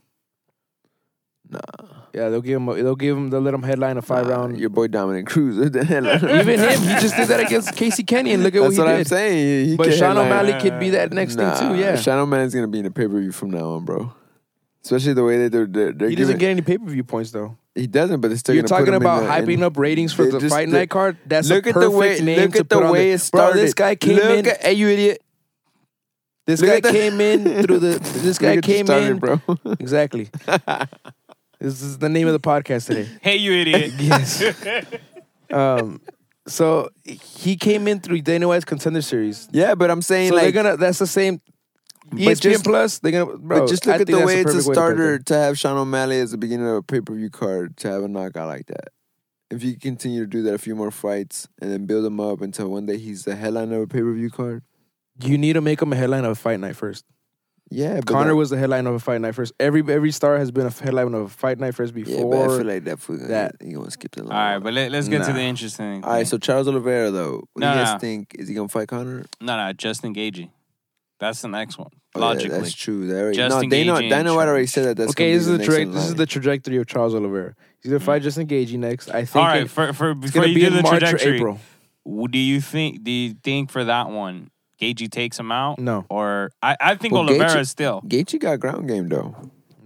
[SPEAKER 3] Yeah, they'll give him. They'll give him. They'll let him headline a five round.
[SPEAKER 5] Your boy Dominic Cruz. Even him.
[SPEAKER 3] Even him, he just did that against Casey Kenny, and look at
[SPEAKER 5] That's
[SPEAKER 3] what
[SPEAKER 5] what
[SPEAKER 3] he
[SPEAKER 5] I'm
[SPEAKER 3] did.
[SPEAKER 5] saying. He- he
[SPEAKER 3] But
[SPEAKER 5] can
[SPEAKER 3] Sean
[SPEAKER 5] headline-
[SPEAKER 3] O'Malley could be that next thing
[SPEAKER 5] Nah,
[SPEAKER 3] too. Yeah,
[SPEAKER 5] Shadow Man's gonna be in the pay per view from now on, bro. Especially the way that they're they're, they're
[SPEAKER 3] he doesn't
[SPEAKER 5] giving-
[SPEAKER 3] get any pay per view points though.
[SPEAKER 5] he doesn't, but they're still
[SPEAKER 3] You're
[SPEAKER 5] gonna put
[SPEAKER 3] talking
[SPEAKER 5] him in
[SPEAKER 3] about
[SPEAKER 5] the-
[SPEAKER 3] hyping
[SPEAKER 5] in-
[SPEAKER 3] up ratings for
[SPEAKER 5] They
[SPEAKER 3] the
[SPEAKER 5] just-
[SPEAKER 3] fight
[SPEAKER 5] they-
[SPEAKER 3] night card. That's
[SPEAKER 5] look
[SPEAKER 3] a
[SPEAKER 5] at
[SPEAKER 3] perfect
[SPEAKER 5] the way.
[SPEAKER 3] name
[SPEAKER 5] Look
[SPEAKER 3] to
[SPEAKER 5] at the
[SPEAKER 3] put on
[SPEAKER 5] way
[SPEAKER 3] the-
[SPEAKER 5] it started.
[SPEAKER 3] Bro, this guy came
[SPEAKER 5] look
[SPEAKER 3] in.
[SPEAKER 5] At, hey, you idiot!
[SPEAKER 3] this
[SPEAKER 5] look
[SPEAKER 3] guy
[SPEAKER 5] at the-
[SPEAKER 3] came in through the. This
[SPEAKER 5] Look
[SPEAKER 3] guy
[SPEAKER 5] at the
[SPEAKER 3] came
[SPEAKER 5] starter,
[SPEAKER 3] in,
[SPEAKER 5] bro.
[SPEAKER 3] Exactly. this is the name of the podcast today.
[SPEAKER 4] Hey, you idiot.
[SPEAKER 3] Yes. um. So he came in through Dana White's contender series.
[SPEAKER 5] yeah, but I'm saying
[SPEAKER 3] So
[SPEAKER 5] like, E
[SPEAKER 3] they're gonna. That's the same. ESPN
[SPEAKER 5] just-
[SPEAKER 3] Plus. They're gonna. Bro,
[SPEAKER 5] but just
[SPEAKER 3] I
[SPEAKER 5] look at
[SPEAKER 3] think
[SPEAKER 5] the
[SPEAKER 3] that's
[SPEAKER 5] way it's a
[SPEAKER 3] perfect to put
[SPEAKER 5] starter
[SPEAKER 3] it.
[SPEAKER 5] to have Sean O'Malley as the beginning of a pay per view card to have a knockout like that. If you continue to do that a few more fights and then build him up until one day he's the headline of a pay per view card.
[SPEAKER 3] You need to make him a headline of a fight night first.
[SPEAKER 5] Yeah, but
[SPEAKER 3] Connor
[SPEAKER 5] that-
[SPEAKER 3] was the headline of a fight night first. Every every star has been a headline of a fight night first
[SPEAKER 5] Yeah, but I
[SPEAKER 3] before.
[SPEAKER 5] feel like that food
[SPEAKER 3] that-
[SPEAKER 5] that you gonna skip the line.
[SPEAKER 4] All right, but let, us get to
[SPEAKER 5] Nah.
[SPEAKER 4] the interesting. Thing.
[SPEAKER 5] All right, so Charles Oliveira though, what
[SPEAKER 4] No, no,
[SPEAKER 5] do you guys
[SPEAKER 4] no.
[SPEAKER 5] think? Is he gonna fight Connor?
[SPEAKER 4] no, no, Justin Gagey. That's the next one.
[SPEAKER 5] Oh, yeah,
[SPEAKER 4] Logically,
[SPEAKER 5] that's true. They already,
[SPEAKER 4] Just
[SPEAKER 5] no, they know.
[SPEAKER 4] engaging
[SPEAKER 5] Dana White already
[SPEAKER 4] Charles.
[SPEAKER 5] said that. That's
[SPEAKER 3] okay,
[SPEAKER 5] gonna
[SPEAKER 3] this is
[SPEAKER 5] be
[SPEAKER 3] the
[SPEAKER 5] the
[SPEAKER 3] tra-
[SPEAKER 5] next in
[SPEAKER 3] this is
[SPEAKER 5] line. Mm.
[SPEAKER 3] the trajectory of Charles Oliveira. He's gonna fight Justin Gagey next. I think.
[SPEAKER 4] all right.
[SPEAKER 3] it-
[SPEAKER 4] For, for
[SPEAKER 3] it's
[SPEAKER 4] before
[SPEAKER 3] gonna
[SPEAKER 4] you
[SPEAKER 3] be
[SPEAKER 4] do
[SPEAKER 3] in
[SPEAKER 4] the
[SPEAKER 3] March or
[SPEAKER 4] trajectory,
[SPEAKER 3] April.
[SPEAKER 4] w- do you think? Do you think for that one, Gagey takes him out,
[SPEAKER 3] No,
[SPEAKER 4] or I, I think
[SPEAKER 5] Well,
[SPEAKER 4] Oliveira
[SPEAKER 5] Gaethje-
[SPEAKER 4] still.
[SPEAKER 5] Gaethje got ground game though.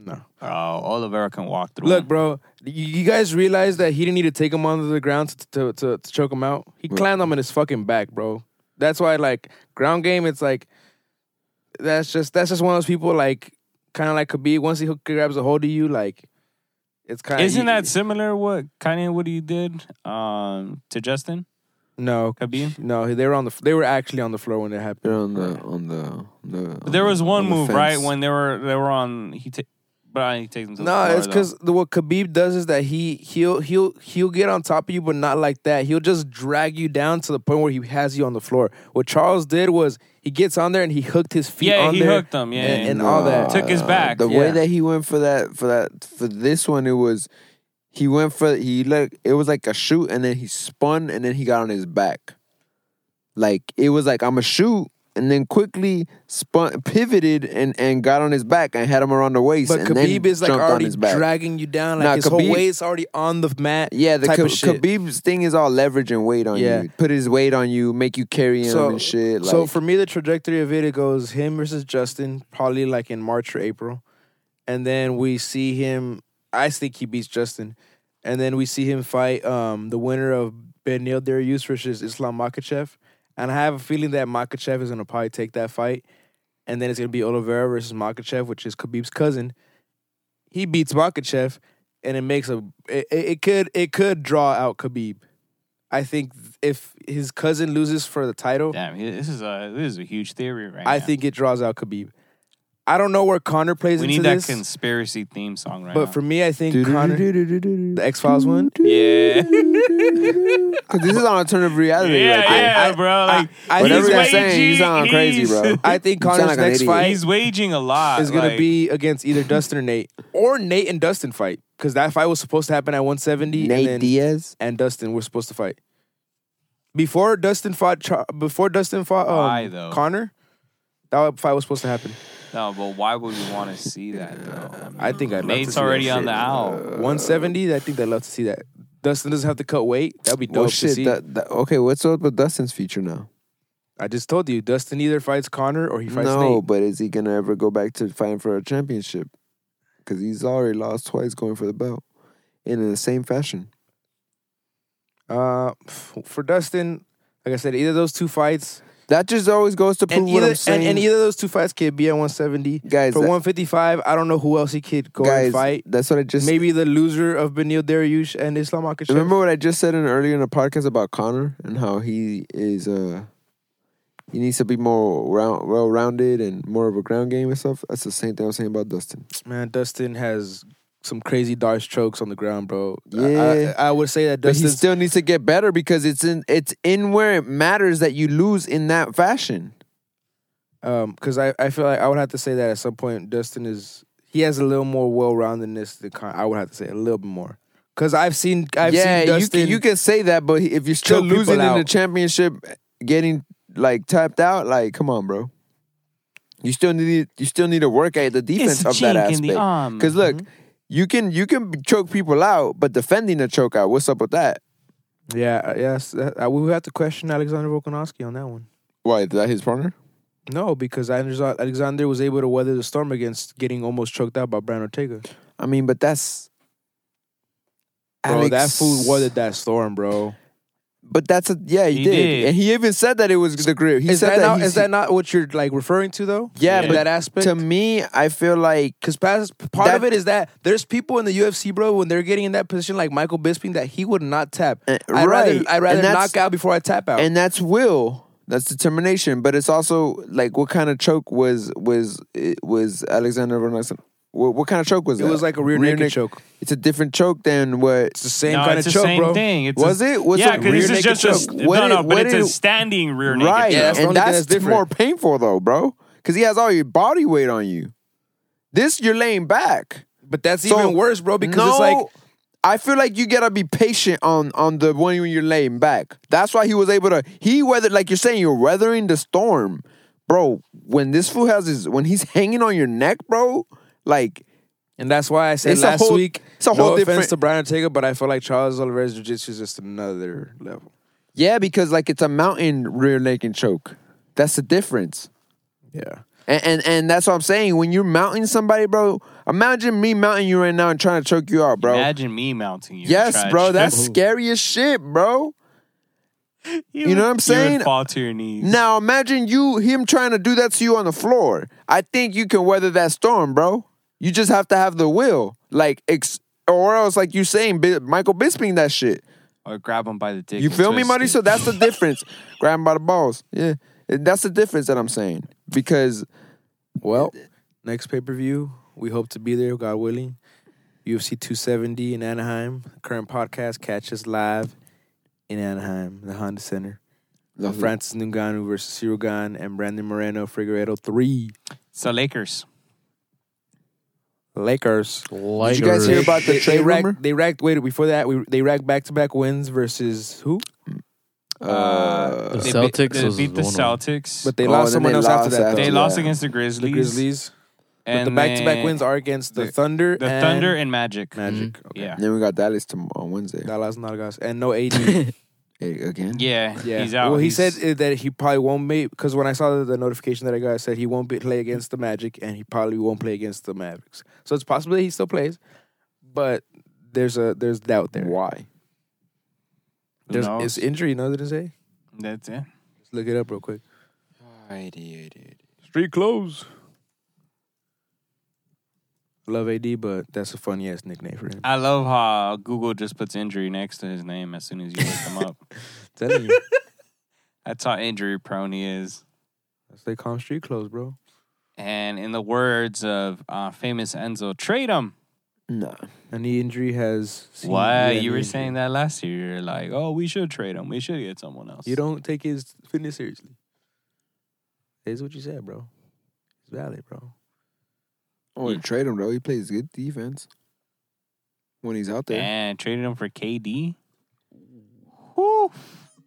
[SPEAKER 3] no.
[SPEAKER 4] Oh, Oliveira can walk through.
[SPEAKER 3] Look,
[SPEAKER 4] him.
[SPEAKER 3] bro, you, you guys realize that he didn't need to take him onto the ground to to, to, to choke him out. He
[SPEAKER 5] Right.
[SPEAKER 3] climbed him in his fucking back, bro. That's why, like, ground game, it's like that's just that's just one of those people, like, kind of like Khabib. Once he hook, grabs a hold of you, like, it's kind.
[SPEAKER 4] Isn't that similar? What kind of what he did um, to Justin
[SPEAKER 3] no?
[SPEAKER 4] Khabib?
[SPEAKER 3] No, they were on the they were actually on the floor when it happened.
[SPEAKER 5] They're on the on the. on the on
[SPEAKER 4] There
[SPEAKER 5] the-
[SPEAKER 3] Oh,
[SPEAKER 4] was one
[SPEAKER 5] the
[SPEAKER 4] move right
[SPEAKER 5] fence.
[SPEAKER 4] when they were they were on. He ta- Brian he takes him to the
[SPEAKER 3] No,
[SPEAKER 4] floor,
[SPEAKER 3] it's
[SPEAKER 4] though.
[SPEAKER 3] because what Khabib does is that he he'll he'll he'll get on top of you, but not like that. He'll just drag you down to the point where he has you on the floor. What Charles did was he gets on there and he hooked his feet.
[SPEAKER 4] yeah
[SPEAKER 3] on
[SPEAKER 4] he
[SPEAKER 3] there.
[SPEAKER 4] hooked him yeah
[SPEAKER 3] and- and
[SPEAKER 4] yeah.
[SPEAKER 3] all that.
[SPEAKER 4] Took his back,
[SPEAKER 5] uh, The
[SPEAKER 3] yeah.
[SPEAKER 5] way that he went for that for that for this one, it was he went for he like it was like a shoot and then he spun and then he got on his back. Like it was like I'm a shoot and then quickly spun pivoted and and got on his back and had him around the waist.
[SPEAKER 3] But
[SPEAKER 5] and then
[SPEAKER 3] Khabib is like
[SPEAKER 5] jumped on
[SPEAKER 3] already
[SPEAKER 5] his back.
[SPEAKER 3] dragging you down, like
[SPEAKER 5] Nah,
[SPEAKER 3] his whole
[SPEAKER 5] Khabib-
[SPEAKER 3] weight's already on the mat.
[SPEAKER 5] Yeah, the
[SPEAKER 3] type
[SPEAKER 5] Ka-
[SPEAKER 3] of shit.
[SPEAKER 5] Khabib's thing is all leverage and weight on
[SPEAKER 3] Yeah.
[SPEAKER 5] you. Put his weight on you, make you carry him
[SPEAKER 3] So-
[SPEAKER 5] and shit. Like,
[SPEAKER 3] so for me, the trajectory of it, it goes him versus Justin, probably like in March or April, and then we see him. I think he beats Justin, and then we see him fight um, the winner of Benil Darius versus Islam Makachev, and I have a feeling that Makachev is gonna probably take that fight, and then it's gonna be Oliveira versus Makachev, which is Khabib's cousin. He beats Makachev, and it makes a it, it it could it could draw out Khabib. I think if his cousin loses for the title,
[SPEAKER 4] damn he- this is a this is a huge theory right
[SPEAKER 3] I
[SPEAKER 4] now.
[SPEAKER 3] think it draws out Khabib. I don't know where Connor plays
[SPEAKER 4] we
[SPEAKER 3] into
[SPEAKER 4] need that
[SPEAKER 3] this,
[SPEAKER 4] conspiracy theme song right
[SPEAKER 3] but
[SPEAKER 4] now.
[SPEAKER 3] for me, I think Connor, the X Files one.
[SPEAKER 4] yeah
[SPEAKER 5] Cause this is on alternative
[SPEAKER 4] yeah
[SPEAKER 5] reality. like,
[SPEAKER 4] yeah
[SPEAKER 3] I-
[SPEAKER 4] bro like
[SPEAKER 3] I
[SPEAKER 4] he's
[SPEAKER 5] Whatever you're
[SPEAKER 4] waging,
[SPEAKER 5] saying, you sound crazy,
[SPEAKER 4] he's-
[SPEAKER 5] bro.
[SPEAKER 3] I think
[SPEAKER 5] You sound
[SPEAKER 3] Connor's
[SPEAKER 5] like an
[SPEAKER 3] next
[SPEAKER 5] idiot.
[SPEAKER 3] fight
[SPEAKER 4] he's waging a lot
[SPEAKER 3] is gonna
[SPEAKER 4] like-
[SPEAKER 3] be against either Dustin or Nate, or Nate and Dustin fight because that fight was supposed to happen at 170.
[SPEAKER 5] Nate
[SPEAKER 3] and, then-
[SPEAKER 5] Diaz.
[SPEAKER 3] and Dustin were supposed to fight before Dustin fought. Char- before Dustin fought
[SPEAKER 4] Why,
[SPEAKER 3] um,
[SPEAKER 4] though?
[SPEAKER 3] Connor, that fight was supposed to happen.
[SPEAKER 4] no but why would we want to see that though
[SPEAKER 3] I think I'd love to
[SPEAKER 4] Nate's
[SPEAKER 3] see
[SPEAKER 4] already
[SPEAKER 3] that
[SPEAKER 4] on
[SPEAKER 3] shit.
[SPEAKER 4] the owl
[SPEAKER 3] 170. I think I'd love to see that. Dustin doesn't have to cut weight. That'd be dope
[SPEAKER 5] Well,
[SPEAKER 3] to see.
[SPEAKER 5] Oh, shit. That, that, okay, what's up with Dustin's future now?
[SPEAKER 3] I just told you, Dustin either fights Connor or he fights
[SPEAKER 5] no,
[SPEAKER 3] Nate.
[SPEAKER 5] but is he gonna ever go back to fighting for a championship? Because he's already lost twice going for the belt in the same fashion.
[SPEAKER 3] Uh, f- for Dustin, like I said, either those two fights,
[SPEAKER 5] That just always goes to prove
[SPEAKER 3] and
[SPEAKER 5] what
[SPEAKER 3] either
[SPEAKER 5] I'm
[SPEAKER 3] and,
[SPEAKER 5] saying,
[SPEAKER 3] and either of those two fights could be at 170.
[SPEAKER 5] guys.
[SPEAKER 3] for
[SPEAKER 5] that-
[SPEAKER 3] 155, I don't know who else he could go
[SPEAKER 5] guys,
[SPEAKER 3] and fight.
[SPEAKER 5] that's what I just
[SPEAKER 3] Maybe the loser of Benil Dariush and Islam Makhachev.
[SPEAKER 5] Remember what I just said in earlier in the podcast about Connor and how he is uh he needs to be more round, well rounded and more of a ground game and stuff. That's the same thing I was saying about Dustin.
[SPEAKER 3] man, Dustin has some crazy dark strokes on the ground, bro. I-
[SPEAKER 5] Yeah.
[SPEAKER 3] I, I would say that
[SPEAKER 5] But he
[SPEAKER 3] Dustin's
[SPEAKER 5] still needs to get better because it's in it's in where it matters that you lose in that fashion.
[SPEAKER 3] Um, because I, I feel like I would have to say that at some point Dustin is he has a little more well roundedness than Con- I would have to say a little bit more because I've seen I've
[SPEAKER 5] yeah,
[SPEAKER 3] seen Dustin
[SPEAKER 5] you can you can say that, but if you're still
[SPEAKER 3] choke people
[SPEAKER 5] losing in the
[SPEAKER 3] out.
[SPEAKER 5] championship, getting like tapped out, like come on, bro. You still need you still need to work at the defense
[SPEAKER 4] it's a
[SPEAKER 5] of that
[SPEAKER 4] chink in
[SPEAKER 5] aspect.
[SPEAKER 4] the arm
[SPEAKER 3] Mm-hmm.
[SPEAKER 5] Because look, You can you can choke people out, but defending a choke out, what's up with that?
[SPEAKER 3] Yeah, uh, yes. That, I would have to question Alexander Volkanovski on that one.
[SPEAKER 5] Why is that his partner?
[SPEAKER 3] No, because Alexander Alexander was able to weather the storm against getting almost choked out by Brian Ortega.
[SPEAKER 5] I mean, but that's
[SPEAKER 3] Bro, that
[SPEAKER 5] Alex-
[SPEAKER 3] fool weathered that storm, bro.
[SPEAKER 5] But that's a yeah, he,
[SPEAKER 4] He
[SPEAKER 5] did.
[SPEAKER 4] did.
[SPEAKER 5] and he even said that it was the grip. He
[SPEAKER 3] is
[SPEAKER 5] said
[SPEAKER 3] that, not,
[SPEAKER 5] he's-
[SPEAKER 3] is that not what you're like referring to though?
[SPEAKER 5] Yeah,
[SPEAKER 3] In
[SPEAKER 5] but
[SPEAKER 3] that aspect.
[SPEAKER 5] to me, I feel like
[SPEAKER 3] Because part of
[SPEAKER 5] That-
[SPEAKER 3] it is that there's people in the UFC, bro, when they're getting in that position, like Michael Bisping, that he would not tap.
[SPEAKER 5] Uh,
[SPEAKER 3] I'd
[SPEAKER 5] right.
[SPEAKER 3] rather, I'd rather
[SPEAKER 5] And that's-
[SPEAKER 3] knock out before I tap out.
[SPEAKER 5] and that's will that's determination but it's also like what kind of choke was was it was alexander von Alexander, what, what kind of choke was
[SPEAKER 3] it
[SPEAKER 5] that?
[SPEAKER 3] was like a rear, naked
[SPEAKER 5] neck-
[SPEAKER 3] choke.
[SPEAKER 5] it's a different choke than what
[SPEAKER 3] It's the same
[SPEAKER 4] no,
[SPEAKER 3] kind
[SPEAKER 4] it's
[SPEAKER 3] of
[SPEAKER 4] the
[SPEAKER 3] choke,
[SPEAKER 4] same
[SPEAKER 3] bro.
[SPEAKER 4] thing. It's
[SPEAKER 5] was
[SPEAKER 4] a,
[SPEAKER 5] it was
[SPEAKER 4] yeah,
[SPEAKER 5] a
[SPEAKER 4] because
[SPEAKER 5] rear
[SPEAKER 4] this is
[SPEAKER 5] naked
[SPEAKER 4] just
[SPEAKER 5] choke?
[SPEAKER 4] a
[SPEAKER 5] What
[SPEAKER 4] no,
[SPEAKER 5] did-
[SPEAKER 4] no,
[SPEAKER 5] what
[SPEAKER 4] but it's a
[SPEAKER 5] did-
[SPEAKER 4] standing rear naked.
[SPEAKER 5] right
[SPEAKER 3] Yeah, that's the
[SPEAKER 5] and
[SPEAKER 3] only thing
[SPEAKER 5] that's,
[SPEAKER 3] that's different.
[SPEAKER 5] more painful though bro because he has all your body weight on you this you're laying back
[SPEAKER 3] But that's
[SPEAKER 5] So,
[SPEAKER 3] even worse, bro, because
[SPEAKER 5] no,
[SPEAKER 3] it's like
[SPEAKER 5] I feel like you gotta be patient on on the one when you're laying back. That's why he was able to he weathered like you're saying you're weathering the storm, bro. When this fool has his when he's hanging on your neck, bro, like
[SPEAKER 3] And that's why I said
[SPEAKER 5] It's a
[SPEAKER 3] last
[SPEAKER 5] whole-
[SPEAKER 3] week.
[SPEAKER 5] it's a whole
[SPEAKER 3] no
[SPEAKER 5] different-
[SPEAKER 3] offense to Brian Ortega, but I feel like Charles Oliveira's jiu-jitsu is just another level.
[SPEAKER 5] yeah, because like it's a mountain rear naked choke. That's the difference.
[SPEAKER 3] Yeah,
[SPEAKER 5] And, and and that's what I'm saying. When you're mounting somebody, bro, imagine me mounting you right now and trying to choke you out, bro.
[SPEAKER 4] Imagine me mounting you.
[SPEAKER 5] yes,
[SPEAKER 4] Try-
[SPEAKER 5] bro, that's scary as shit, bro. you know what I'm
[SPEAKER 4] You
[SPEAKER 5] saying?
[SPEAKER 4] would fall to your knees.
[SPEAKER 5] Now imagine you him trying to do that to you on the floor. I think you can weather that storm, bro. You just have to have the will, like, ex- or else, like you saying, Bi- Michael Bisping that shit.
[SPEAKER 4] or grab him by the dick.
[SPEAKER 5] You
[SPEAKER 4] and
[SPEAKER 5] feel me,
[SPEAKER 4] twist
[SPEAKER 5] Marty?
[SPEAKER 4] it.
[SPEAKER 5] So that's the difference. Grab him by the balls. Yeah, that's the difference that I'm saying because
[SPEAKER 3] Well, next pay per view, we hope to be there, God willing. UFC 270 in Anaheim. Current podcast catch us live in Anaheim, the Honda Center.
[SPEAKER 5] Lovely.
[SPEAKER 3] Francis Ngannou versus Cirugan and Brandon Moreno Figueredo three.
[SPEAKER 4] So Lakers.
[SPEAKER 3] Lakers.
[SPEAKER 2] Did
[SPEAKER 5] you guys hear about the
[SPEAKER 3] They-
[SPEAKER 5] trade
[SPEAKER 3] they
[SPEAKER 5] rumor?
[SPEAKER 3] racked, they racked. Wait, before that, we they racked back to back wins versus who?
[SPEAKER 5] uh,
[SPEAKER 2] The
[SPEAKER 4] they
[SPEAKER 2] Celtics
[SPEAKER 4] beat, they
[SPEAKER 2] was
[SPEAKER 4] beat the
[SPEAKER 2] one of them.
[SPEAKER 4] Celtics.
[SPEAKER 3] But they
[SPEAKER 5] Oh,
[SPEAKER 3] lost
[SPEAKER 5] then
[SPEAKER 3] someone
[SPEAKER 5] they
[SPEAKER 3] else after
[SPEAKER 5] lost
[SPEAKER 3] that.
[SPEAKER 5] after
[SPEAKER 4] they
[SPEAKER 3] though.
[SPEAKER 5] that.
[SPEAKER 4] lost against the Grizzlies.
[SPEAKER 3] the Grizzlies. But
[SPEAKER 4] And
[SPEAKER 3] the back to back
[SPEAKER 4] then
[SPEAKER 3] wins are against the,
[SPEAKER 4] the-
[SPEAKER 3] Thunder.
[SPEAKER 4] the
[SPEAKER 3] and
[SPEAKER 4] Thunder and Magic.
[SPEAKER 3] Magic. Okay.
[SPEAKER 4] Yeah.
[SPEAKER 5] then we got Dallas tomorrow on Wednesday
[SPEAKER 3] Dallas Nagas and no AD.
[SPEAKER 5] Hey, again.
[SPEAKER 4] Yeah.
[SPEAKER 3] Yeah.
[SPEAKER 4] He's out.
[SPEAKER 3] Well, he
[SPEAKER 4] He's-
[SPEAKER 3] said uh, that he probably won't be because when I saw the, the notification that I got, it said he won't be, play against the Magic and he probably won't play against the Mavericks. So it's possible that he still plays, but there's a there's doubt there.
[SPEAKER 5] Why?
[SPEAKER 4] Who
[SPEAKER 3] There's
[SPEAKER 4] knows?
[SPEAKER 3] it's injury. You know what it say?
[SPEAKER 4] That's it.
[SPEAKER 3] Let's look it up real quick.
[SPEAKER 5] Street close.
[SPEAKER 3] Love AD, but that's a funny ass nickname for him.
[SPEAKER 4] I love how Google just puts injury next to his name as soon as you look him up.
[SPEAKER 3] telling you,
[SPEAKER 4] That's how injury prone he is.
[SPEAKER 3] that's they call him street clothes, bro.
[SPEAKER 4] And in the words of uh, famous Enzo, trade him.
[SPEAKER 5] No.
[SPEAKER 3] And the injury has. seen
[SPEAKER 4] Why?
[SPEAKER 3] any
[SPEAKER 4] You were
[SPEAKER 3] injury.
[SPEAKER 4] saying that last year. You're like, oh, we should trade him. We should get someone else.
[SPEAKER 3] You don't take his fitness seriously. Is what you said, bro. It's valid, bro.
[SPEAKER 5] Oh,
[SPEAKER 4] Hmm.
[SPEAKER 5] trade him, bro. He plays good defense when he's out there.
[SPEAKER 4] And traded him for KD. Whew.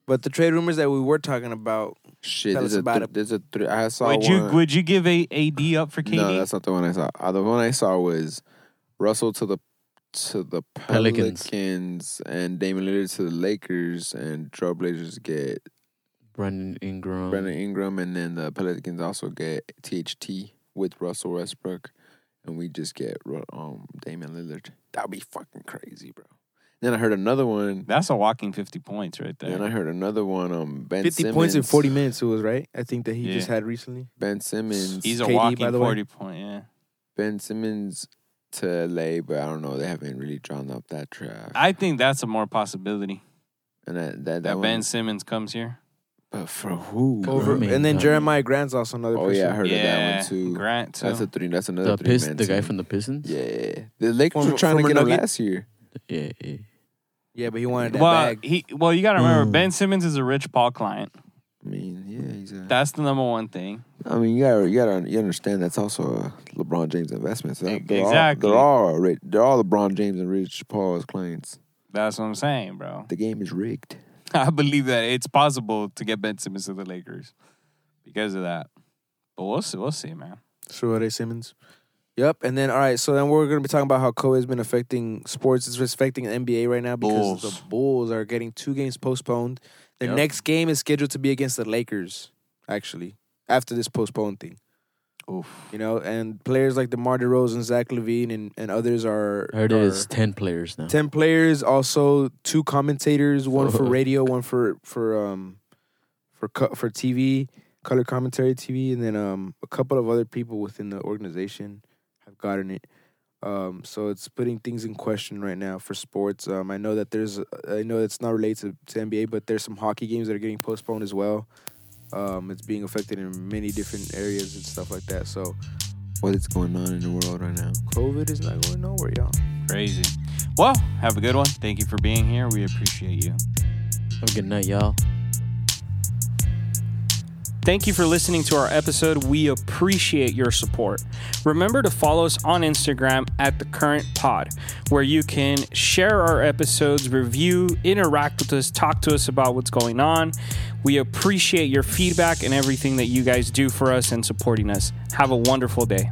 [SPEAKER 3] But the trade rumors that we were talking about
[SPEAKER 5] Shit,
[SPEAKER 3] Tell
[SPEAKER 5] there's
[SPEAKER 3] us
[SPEAKER 5] a,
[SPEAKER 3] about
[SPEAKER 5] th-
[SPEAKER 3] it.
[SPEAKER 5] there's a three. I saw
[SPEAKER 4] Would you
[SPEAKER 5] one-
[SPEAKER 4] would you give a AD up for KD?
[SPEAKER 5] No, that's not the one I saw. Uh, the one I saw was Russell to the to the Pelicans,
[SPEAKER 2] Pelicans.
[SPEAKER 5] and Damian Lillard to the Lakers, and Trailblazers get
[SPEAKER 2] Brandon Ingram.
[SPEAKER 5] Brandon Ingram, and then the Pelicans also get THT with Russell Westbrook, and we just get Ru- um Damian Lillard. That'd be fucking crazy, bro. Then I heard another one.
[SPEAKER 4] That's a walking fifty points right there.
[SPEAKER 5] Then I heard another one. Um, Ben
[SPEAKER 3] 50
[SPEAKER 5] Simmons,
[SPEAKER 3] points in 40 minutes, it was right. I think that he just
[SPEAKER 4] Yeah.
[SPEAKER 3] had recently.
[SPEAKER 5] Ben Simmons.
[SPEAKER 4] He's a
[SPEAKER 3] KD, by
[SPEAKER 4] walking
[SPEAKER 3] the way.
[SPEAKER 4] forty point. Yeah.
[SPEAKER 5] Ben Simmons to LA, but I don't know. They haven't really drawn up that track.
[SPEAKER 4] I think that's a more possibility
[SPEAKER 5] and that that, that,
[SPEAKER 4] that,
[SPEAKER 5] one-
[SPEAKER 4] Ben Simmons comes here.
[SPEAKER 5] But for who?
[SPEAKER 2] Over-
[SPEAKER 3] Over,
[SPEAKER 2] Drumming,
[SPEAKER 3] and then
[SPEAKER 2] huh?
[SPEAKER 3] Jeremiah Grant's also another
[SPEAKER 5] Oh
[SPEAKER 3] person.
[SPEAKER 5] yeah, I heard of that one too.
[SPEAKER 4] Grant too.
[SPEAKER 5] That's a three. That's another
[SPEAKER 2] the,
[SPEAKER 5] three
[SPEAKER 2] Pist-
[SPEAKER 5] man.
[SPEAKER 2] the guy from the Pistons?
[SPEAKER 5] yeah, the Lakers
[SPEAKER 3] From-
[SPEAKER 5] were trying to
[SPEAKER 3] from
[SPEAKER 5] get him
[SPEAKER 3] Nugget?
[SPEAKER 5] last year.
[SPEAKER 2] Yeah. yeah.
[SPEAKER 3] Yeah, but he wanted that
[SPEAKER 4] well,
[SPEAKER 3] bag.
[SPEAKER 4] he well you got to remember
[SPEAKER 2] Mm.
[SPEAKER 4] Ben Simmons is a Rich Paul client.
[SPEAKER 5] I mean, yeah, he's a.
[SPEAKER 4] That's the number one thing.
[SPEAKER 5] I mean, you gotta, you gotta, you understand that's also a LeBron James investment. So that- they're
[SPEAKER 4] Exactly.
[SPEAKER 5] All, they're all, ri- they're all LeBron James and Rich Paul's clients.
[SPEAKER 4] That's what I'm saying, bro.
[SPEAKER 5] The game is rigged.
[SPEAKER 4] I believe that it's possible to get Ben Simmons to the Lakers because of that. But we'll see. We'll see, man.
[SPEAKER 3] Sorority Simmons. Yep. And then all right, so then we're gonna be talking about how COVID has been affecting sports. It's affecting the NBA right now because
[SPEAKER 6] Bulls.
[SPEAKER 3] the Bulls are getting two games postponed. Their
[SPEAKER 6] Yep.
[SPEAKER 3] next game is scheduled to be against the Lakers, actually, after this postponed thing.
[SPEAKER 6] Oof.
[SPEAKER 3] You know, and players like DeMar DeRozan, Zach Levine, and, and others are
[SPEAKER 2] Heard
[SPEAKER 3] are-
[SPEAKER 2] it is ten players now.
[SPEAKER 3] Ten players, also two commentators, one for
[SPEAKER 2] Fuck.
[SPEAKER 3] radio, one for for um for co- for TV, color commentary TV, and then um a couple of other people within the organization have gotten it. Um, so it's putting things in question right now for sports. Um, I know that there's, I know it's not related to, to NBA, but there's some hockey games that are getting postponed as well. Um, it's being affected in many different areas and stuff like that. So
[SPEAKER 5] What is going on in the world right now?
[SPEAKER 3] COVID is not going nowhere, y'all.
[SPEAKER 6] Crazy. Well, have a good one. Thank you for being here. We appreciate you.
[SPEAKER 2] Have a good night, y'all.
[SPEAKER 4] Thank you for listening to our episode. We appreciate your support. Remember to follow us on Instagram at the current pod, where you can share our episodes, review, interact with us, talk to us about what's going on. We appreciate your feedback and everything that you guys do for us and supporting us. Have a wonderful day.